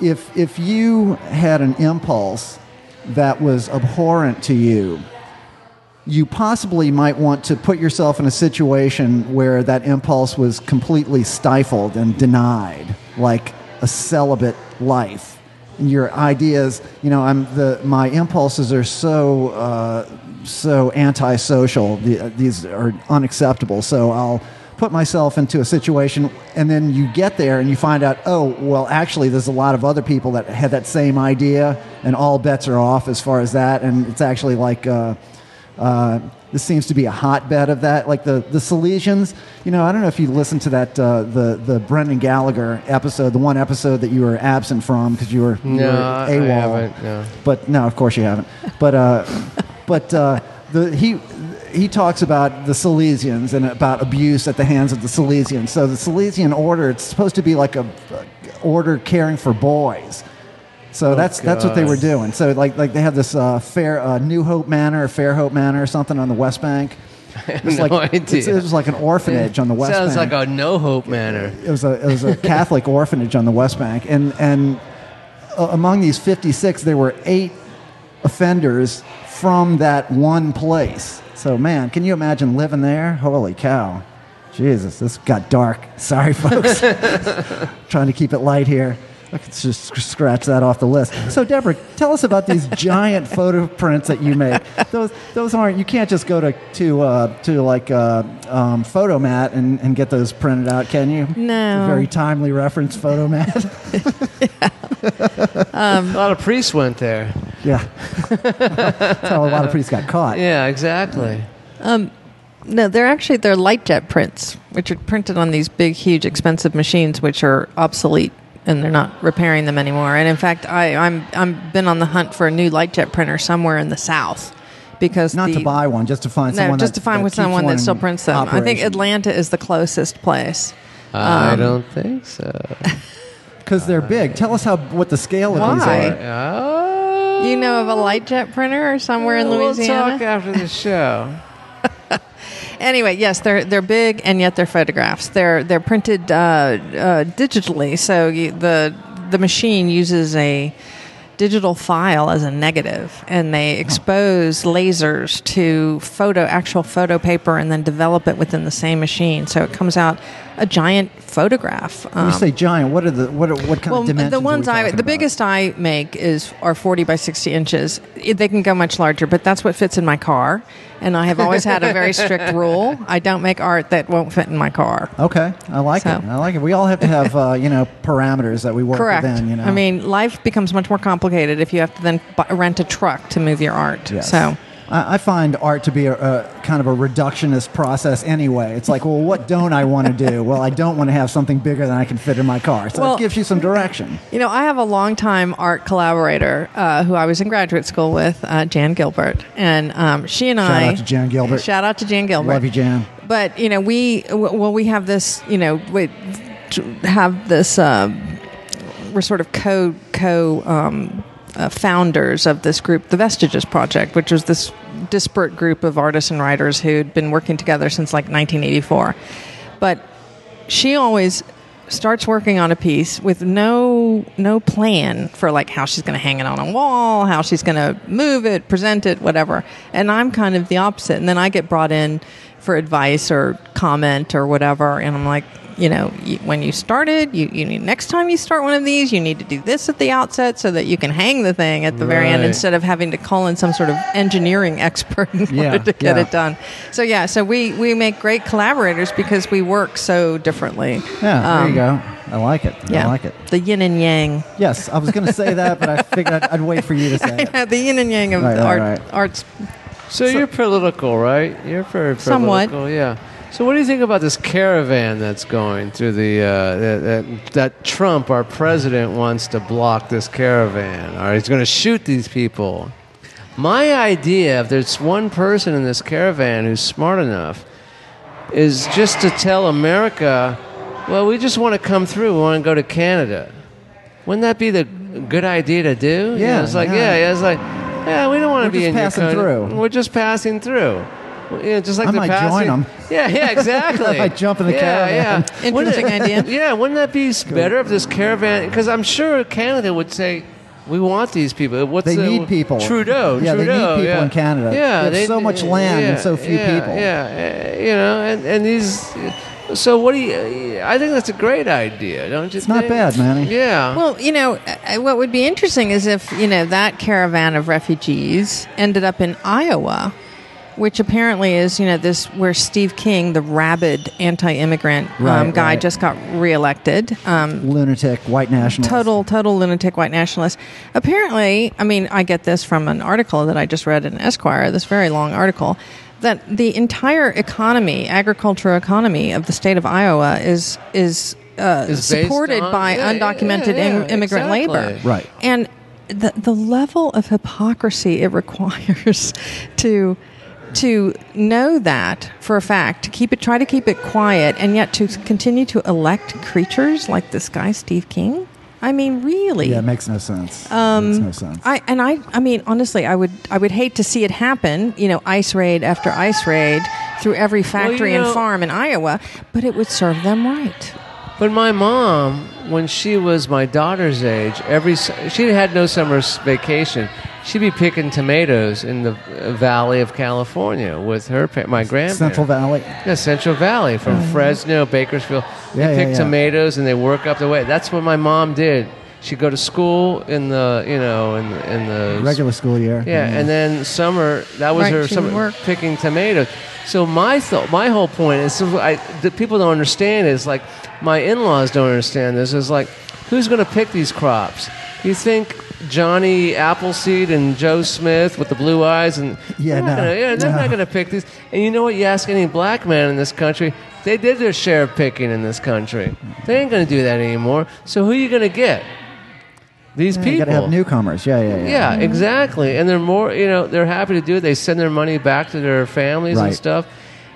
A: if if you had an impulse that was abhorrent to you, you possibly might want to put yourself in a situation where that impulse was completely stifled and denied, like a celibate life. And your ideas, you know, I'm the my impulses are so uh, so antisocial. The, uh, these are unacceptable. So I'll put myself into a situation, and then you get there and you find out, oh, well, actually, there's a lot of other people that had that same idea, and all bets are off as far as that. And it's actually like. Uh, uh, this seems to be a hotbed of that. Like the the Salesians, you know, I don't know if you listened to that uh, the the Brendan Gallagher episode, the one episode that you were absent from because you were you
B: No,
A: were
B: I
A: AWOL.
B: haven't, no.
A: But no, of course you haven't. But uh, *laughs* but uh, the he. He talks about the Salesians and about abuse at the hands of the Salesians. So the Salesian order, it's supposed to be like a, a order caring for boys
B: Oh,
A: So that's that's what they were doing. So like like they have this uh, fair uh, New Hope Manor or Fair Hope Manor or something on the West
B: *laughs*
A: Bank. It's
B: no
A: like it's-
B: idea.
A: it was like an orphanage on the West
B: Sounds
A: Bank.
B: like a no hope manner.
A: it was a it
B: *laughs*
A: was a Catholic orphanage on the West Bank, and and uh, among these 56, there were eight offenders from that one place. So man, can you imagine living there? Holy cow, Jesus, this got dark. *laughs* Sorry, folks. Trying to keep it light here. I could just sc- scratch that off the list. So, Deborah, tell us about these giant photo prints that you make. Those, those aren't. You can't just go to to uh, to like uh, um, Photomat and, and get those printed out, can you?
C: No.
A: It's a very timely reference, Photomat.
B: A lot of priests went there.
A: Yeah. *laughs* That's how a lot of priests got caught.
B: Yeah, exactly.
C: No, they're actually they're light jet prints, which are printed on these big, huge, expensive machines, which are obsolete and they're not repairing them anymore. And in fact, I I'm I'm been on the hunt for a new light jet printer somewhere in the south because
A: Not
C: the,
A: to buy one, just to find
C: no,
A: someone.
C: just
A: that,
C: to find
A: that
C: with
A: keeps
C: someone
A: one
C: that still
A: in
C: prints them. I think
A: operation.
C: Atlanta is the closest place.
A: Um,
B: I don't think so.
A: because they're big. Tell us how what the scale of these
C: Why?
A: are.
B: Oh.
C: You know of a light jet printer or somewhere in Louisiana?
B: We'll talk after the show.
C: Anyway, yes, they're they're big and yet they're photographs. They're they're printed uh, uh, digitally, so you, the the machine uses a digital file as a negative, and they expose lasers to photo actual photo paper, and then develop it within the same machine. So it comes out a giant photograph.
A: When
C: um,
A: you say giant, what are the what are, what kind
C: well,
A: of dimensions?
C: the ones
A: are we
C: I
A: talking
C: the biggest I make is are 40 by 60 inches. It- They can go much larger, but that's what fits in my car. And I have always had a
A: *laughs*
C: very strict rule: I don't make art that won't fit in my car.
A: about? Okay, I like
C: So.
A: it. I like it. We all have to have uh, you know parameters that we work
C: Correct.
A: within. You know,
C: I mean, life becomes much more complicated if you have to then bu rent a truck to move your art.
A: Yes.
C: So.
A: I, I find art to be a, a kind of a reductionist process anyway. It's like, well, what don't I want to do? Well, I don't want to have something bigger than I can fit in my car. So
C: Well-
A: it gives you some direction.
C: You know, I have a longtime art collaborator uh, who I was in graduate school with, uh, Jan Gilbert, and um, she and I.
A: out to Jan Gilbert.
C: Shout out to Jan Gilbert.
A: Love you, Jan.
C: But you know, we w- well, we have this. You know, we t- have this. Um, we're sort of co co um, uh, founders of this group, the Vestiges Project, which was this disparate group of artists and writers who'd been working together since like 1984. But she always starts working on a piece with no no plan for like how she's going to hang it on a wall, how she's going to move it, present it, whatever. And I'm kind of the opposite. And then I get brought in for advice or comment or whatever, and I'm like, you know, you, when you started, you, you need next time you start one of these, you need to do this at the outset so that you can hang the thing at the very end
B: Right.
C: instead of having to call in some sort of engineering *laughs* expert in
A: Yeah,
C: order to get
A: yeah.
C: it done. So yeah, so we we make great collaborators because we work so differently.
A: Yeah,
C: Um,
A: there you go. I like it. I
C: Yeah,
A: like it.
C: The yin and
A: *laughs*
C: yang.
A: Yes, I was going to say that, but I figured I'd, I'd wait for you to say
C: *laughs*
A: it.
C: Yeah, the yin and yang of
A: Right,
C: the
A: right,
C: art,
A: right.
C: arts.
B: So, you're political, right? You're very political.
C: Somewhat.
B: Yeah. So what do you think about this caravan that's going through the uh, that, that, that Trump, our president, wants to block this caravan, or he's going to shoot these people? My idea, if there's one person in this caravan who's smart enough, is just to tell America, well, we just want to come through. We want to go to Canada. Wouldn't that be the good idea to do? You know,
A: Yeah,
B: it's like
A: yeah.
B: yeah, yeah, it's like yeah, we don't want
A: We're
B: to be
A: just
B: in your
A: passing
B: country.
A: through.
B: We're just passing through. Well, Yeah, just like
A: I
B: the
A: might join
B: passing.
A: 'em.
B: *laughs* Yeah, yeah,
A: *laughs*
B: exactly.
A: I might jump in the
B: yeah,
A: caravan. *laughs*
B: Yeah. Wouldn't
C: Interesting idea.
B: *laughs* Yeah, wouldn't that be s- better if this caravan? Because I'm sure Canada would say. We want these people. What's
A: They
B: the-
A: need people.
B: Trudeau.
A: Yeah, they need
B: Trudeau,
A: people
B: yeah.
A: in Canada.
B: Yeah,
A: They have so much land and so few
B: yeah,
A: people.
B: Yeah, uh, you know, and, and these. So what do you? I think that's a great idea, don't you?
A: It's not
B: think?
A: bad, Manny.
B: Yeah.
C: Well, you know, uh, what would be interesting is if you know that caravan of refugees ended up in Iowa, which apparently is you know this where Steve King, the rabid anti-immigrant um,
A: Right,
C: guy,
A: right.
C: just got reelected. Um,
A: Lunatic, white nationalist.
C: total total lunatic white nationalist apparently i mean i get this from an article that i just read in esquire this very long article that the entire economy agricultural economy of the state of iowa is is uh,
B: Is based
C: supported
B: on-
C: by
B: yeah, yeah,
C: undocumented
B: yeah,
C: im- immigrant
B: exactly.
C: labor
A: Right.
C: and the the level of hypocrisy it *laughs* requires to to know that for a fact, to keep it, try to keep it quiet, and yet to continue to elect creatures like this guy Steve King. I mean, really.
A: Yeah, it makes no sense. Um, makes no sense.
C: I and I I mean honestly I would I would hate to see it happen, you know, ice raid after ice raid through every factory
B: know-
C: and farm in Iowa, but it would serve them right.
B: But my mom, when she was my daughter's age, every s- she had no summer s- vacation. She'd be picking tomatoes in the uh, Valley of California with her pa- my grandparents.
A: Central Valley.
B: Yeah, Central Valley from Fresno, Bakersfield.
A: Yeah,
B: they
A: yeah,
B: pick
A: yeah.
B: tomatoes and they work up the way. That's what my mom did. She'd go to school in the you know in the, in the
A: Regular school year. Mm.
B: yeah, and then summer that was
C: Right,
B: her
C: she would
B: summer
C: work.
B: picking tomatoes. So my thought, my whole point is, so I, the people don't understand is like my in-laws don't understand this. Is like who's going to pick these crops? You think Johnny Appleseed and Joe Smith with the blue eyes and
A: Yeah,
B: they're not
A: no,
B: gonna, yeah, they're
A: no.
B: not going to pick these. And you know what? You ask any black man in this country, they did their share of picking in this country. They ain't going to do that anymore. So who are you going to get? These
A: Yeah,
B: people
A: you gotta have newcomers. Yeah, yeah, yeah.
B: yeah, exactly. And they're more, you know, they're happy to do it. They send their money back to their families
A: Right.
B: and stuff.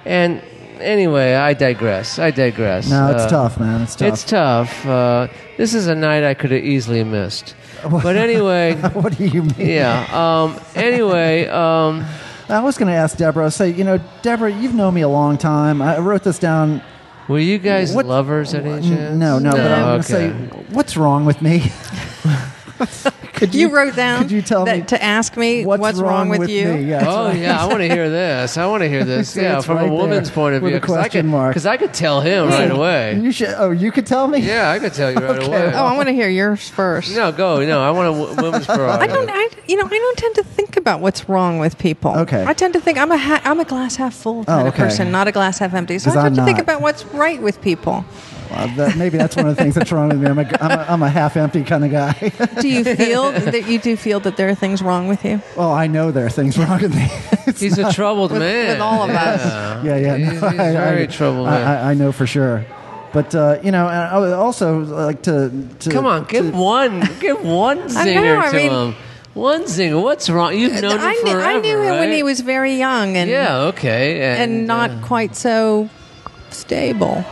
B: And anyway, I digress. I digress.
A: No, it's
B: Uh,
A: tough, man. It's tough.
B: It's tough. Uh, this is a night I could have easily
A: *laughs*
B: missed. But anyway,
A: what do you mean?
B: yeah. Um, anyway, um,
A: I was going to ask Deborah. Say, you know, Deborah, you've known me a long time. I wrote this down.
B: were you guys
A: What-
B: lovers at any chance?
A: No, no, but I'm
B: okay.
A: going to say, what's wrong with
B: *laughs*
A: me? could
C: You, wrote down
A: Could you tell
C: that,
A: me
C: to ask me what's, wrong, with, you?
A: Me? Yeah, that's
B: Oh
A: right.
B: yeah, I want to hear this. I want to
A: *laughs*
B: hear this.
A: So
B: yeah,
A: it's
B: from
A: right
B: a woman's
A: there
B: point of
A: with
B: view,
A: a
B: I could
A: question mark.
B: because I could tell him right away.
A: *laughs* You should. Oh, you could tell me.
B: Yeah, I could tell you right
A: Okay.
B: away.
C: Oh, I want to hear yours first.
B: No, go. No, I want a w-
C: *laughs*
B: women's prerogative.
C: I don't. I you know I don't tend to think about what's wrong with people.
A: Okay. Oh,
C: I tend to think I'm a ha- I'm a glass half full kind of
A: okay.
C: person, not a glass half empty. So I
A: 'Cause
C: tend
A: I'm
C: to think
A: not.
C: about what's right with people.
A: Well, that, maybe that's one of the things that's wrong with me. I'm a, I'm a, I'm a half-empty kind of guy. *laughs*
C: Do you feel that you do feel that there are things wrong with you?
A: well, I know there are things wrong with me. *laughs* It's
B: He's
C: *laughs*
B: a troubled man.
C: with all of us.
A: yeah, yeah. *laughs*
B: He's,
A: no,
B: he's very troubled
A: I,
B: man.
A: I, I know for sure. But uh, you know, and I would also like to, to
B: Come on, give one, give one zinger
C: I
B: to
C: mean-
B: him. One zinger. What's wrong? You've known him
C: I knew,
B: forever,
C: I knew him when
B: right?
C: he was very young and
B: Yeah. Okay. And,
C: and not
B: uh,
C: quite so stable.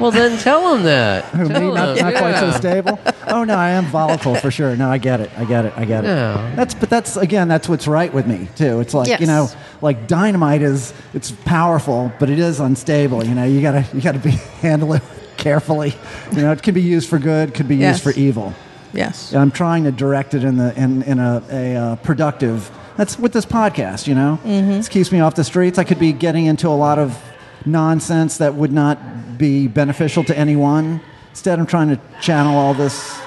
B: well, then tell him
A: *laughs*
B: that.
A: who
B: tell
A: may not,
B: him,
A: not quite so
B: yeah.
A: stable. Oh no, I am volatile for sure. No, I get it. I get it. I get it.
B: Yeah.
A: That's but that's again that's what's right with me too. It's like you
C: Yes.
A: know, like dynamite is it's powerful, but it is unstable. You know, you gotta you gotta be *laughs* handle it carefully. You know, it can be used for good, could be used
C: Yes.
A: for evil.
C: Yes.
A: I'm trying to direct it in the in, in a, a uh, productive. That's with this podcast, you know.
B: Mm-hmm.
A: This keeps me off the streets. I could be getting into a lot of nonsense that would not be beneficial to anyone. Instead, I'm trying to channel all this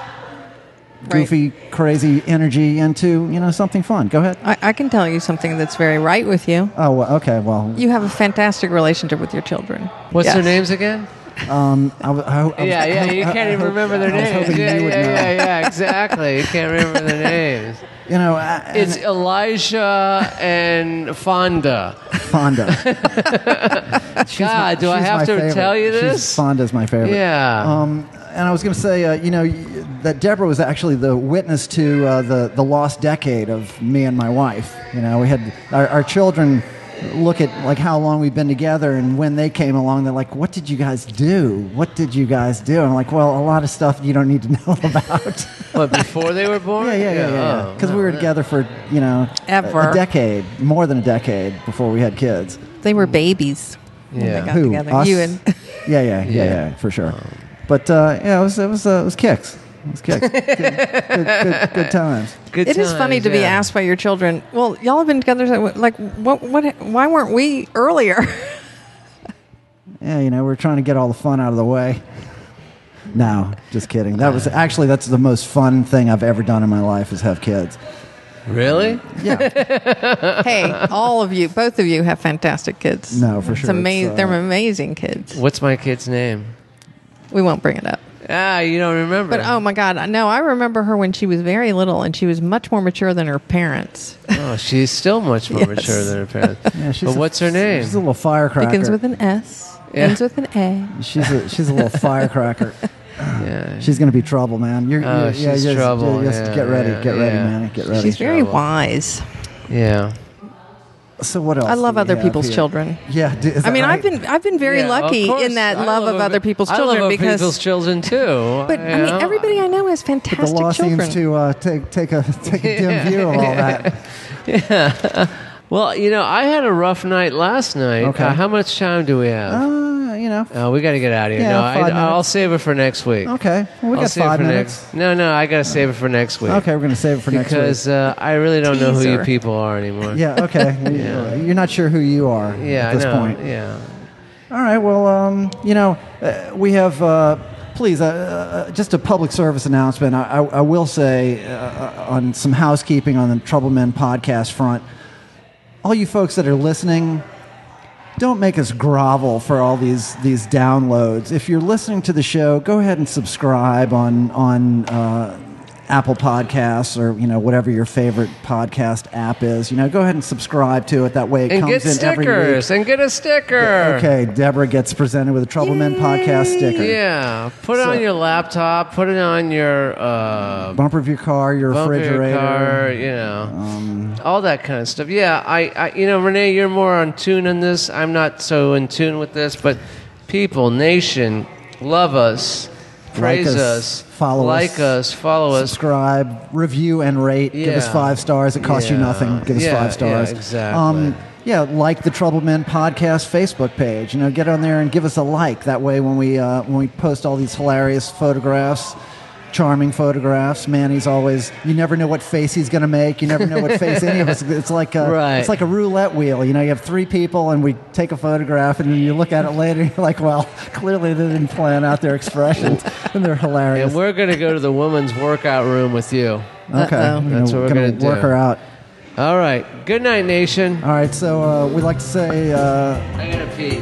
A: goofy, crazy energy into you know something fun. Go ahead.
C: I, I can tell you something that's very right with you.
A: Oh, well, okay. Well,
C: You have a fantastic relationship with your children.
B: What's
C: Yes.
B: their names again?
A: I, w- I w- I was-
B: Yeah, yeah,
A: I-
B: you
A: *laughs* I-
B: can't
A: I
B: even
A: hope-
B: remember their
A: I was
B: names.
A: hoping you
B: Yeah, yeah,
A: would know.
B: yeah, yeah, exactly. You can't remember
A: *laughs*
B: their names.
A: You know, uh, I,
B: It's Elijah and Fonda.
A: Fonda.
B: *laughs*
A: She's my-
B: God, do I
A: she's
B: have
A: my
B: to
A: favorite.
B: tell you this?
A: She's, Fonda's my favorite.
B: Yeah.
A: Um, and I was going to say, uh, you know, y- that Deborah was actually the witness to uh, the the lost decade of me and my wife. You know, we had our, our children look at like how long we've been together and when they came along they're like what did you guys do what did you guys do and i'm like well a lot of stuff you don't need to *laughs* know
B: *laughs*
A: about
B: What before they were born?
A: yeah yeah yeah yeah
B: oh,
A: because we
B: no,
A: were
B: yeah.
A: together for you know a-
C: Ever.
A: a decade more than a decade before we had kids
C: They were babies. when
B: Yeah.
C: They got
A: who
C: together.
A: us?
C: You and
A: *laughs* yeah, yeah, yeah, yeah,
B: Yeah.
A: for sure. But uh, yeah, it was it was uh, it was kicks. It was
C: *laughs*
A: kicks. good, good, good, good times.
B: Good
C: It is funny
B: times,
C: to be
B: yeah.
C: asked by your children, "Well, y'all have been together so- like what? What? Why weren't we
B: *laughs*
C: earlier?"
A: Yeah, you know, we are trying to get all the fun out of the way. No, just kidding. That was actually that's the most fun thing I've ever done in my life is have
C: *laughs*
A: kids.
B: Really?
A: Yeah,
C: hey, all of you, both of you, have fantastic kids.
A: No, for sure.
C: It's amazing.
A: It's, uh,
C: They're amazing kids.
B: What's my kid's name?
C: We won't bring it up.
B: Ah, you don't remember.
C: But oh my God, I- no, I remember her when she was very little, and she was much more mature than her parents.
B: Oh, she's still much more
C: *laughs* Yes.
B: mature than her parents.
A: yeah.
B: but
A: a-
B: what's her name?
A: She's a little firecracker.
C: Begins with an S,
B: Yeah.
C: ends with an A.
A: she's a she's a little
B: *laughs*
A: firecracker.
B: yeah.
A: She's gonna be trouble, man. You're,
B: Oh,
A: you're- yeah,
B: she's
A: yes,
B: trouble.
A: yes,
B: Yeah,
A: get ready,
B: yeah,
A: get ready,
B: yeah.
A: man, get ready.
C: She's very
B: trouble.
C: wise.
B: yeah.
A: So what else?
C: I love
A: do we
C: other
A: have
C: people's
A: here?
C: children.
A: Yeah. d- is
C: I
A: that
C: mean,
A: right?
C: I've been I've been very
B: Yeah, of
C: lucky
B: course.
C: in that
B: I
C: love of other people's children
B: I love
C: because
B: people's children too.
C: But I
B: you
C: mean,
B: know?
C: everybody I know has
A: The
C: fantastic
A: law
C: children.
A: seems to uh, take take a take a dim view of all that.
B: Well, you know, I had a rough night last night.
A: Okay.
B: Uh, how much time do we have?
A: *laughs* Uh, you know.
B: oh, we got to get out of here.
A: Yeah,
B: no,
A: five
B: I, will
A: minutes.
B: save it for next week.
C: Oh,
A: Okay. Well, we
B: I'll
A: got
B: save it
A: five
B: for
A: minutes.
B: Next, no, no, I got to save it for next week.
A: Okay, we're gonna save it for next week.
B: Because uh, I really don't know who you
C: Teaser.
B: people are anymore.
A: Yeah.
B: *laughs*
A: Okay. You're not sure who you are
B: Yeah,
A: at this
B: I know.
A: point.
B: Yeah.
A: All right. Well, um, you know, uh, we have. Uh, Please, uh, uh, just a public service announcement. I, I, I will say uh, on some housekeeping on the Trouble Men podcast front, all you folks that are listening, don't make us grovel for all these these downloads. If you're listening to the show, go ahead and subscribe on on uh, Apple Podcasts or you know whatever your favorite podcast app is. You know, go ahead and subscribe to it. That way, it
B: And
A: comes
B: get
A: in every week.
B: stickers. And get a sticker.
A: Okay, Deborah gets presented with a Trouble Men podcast sticker.
B: Yeah. Put it
A: So-
B: on your laptop. Put it on your uh,
A: Bumper of your car, your
B: bumper of your
A: refrigerator. Um,
B: car, you know, all that kind of stuff. Yeah, I, I, you know, Renee, you're more on tune in this. I'm not so in tune with this, but people, nation, love us, praise
A: us,
B: us,
A: follow us,
B: like us, follow us.
A: Subscribe, review, and rate. Give us
B: Yeah.
A: five stars. It costs you
B: Yeah.
A: nothing. Give us
B: Yeah,
A: five stars. Um,
B: yeah, exactly.
A: yeah, like the Trouble Men podcast Facebook page. You know, get on there and give us a like. That way, when we uh, when we post all these hilarious photographs. Charming photographs. Manny's always. You never know what face he's going to make. You never know what face any
B: *laughs*
A: of us. It's like a.
B: Right.
A: It's like a roulette wheel. You know, you have three people, and we take a photograph, and then you look at it later. and You're like, well, *laughs* clearly they didn't plan out their expressions,
B: *laughs*
A: and they're hilarious.
B: And we're going to go to the women's workout room with you.
A: Okay,
C: Uh-oh.
A: We're
B: That's what we're
A: gonna
B: gonna do.
A: work her out.
B: All right. Good night, nation.
A: All right, so uh, we'd like to say uh,
B: I'm going to pee.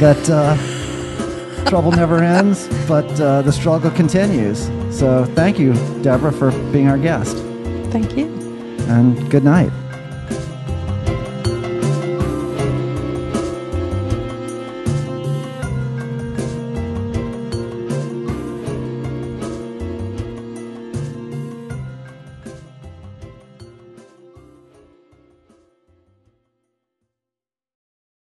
A: that uh, trouble never ends, but uh, the struggle continues. So thank you, Deborah, for being our guest,
C: Thank you.
A: and good night.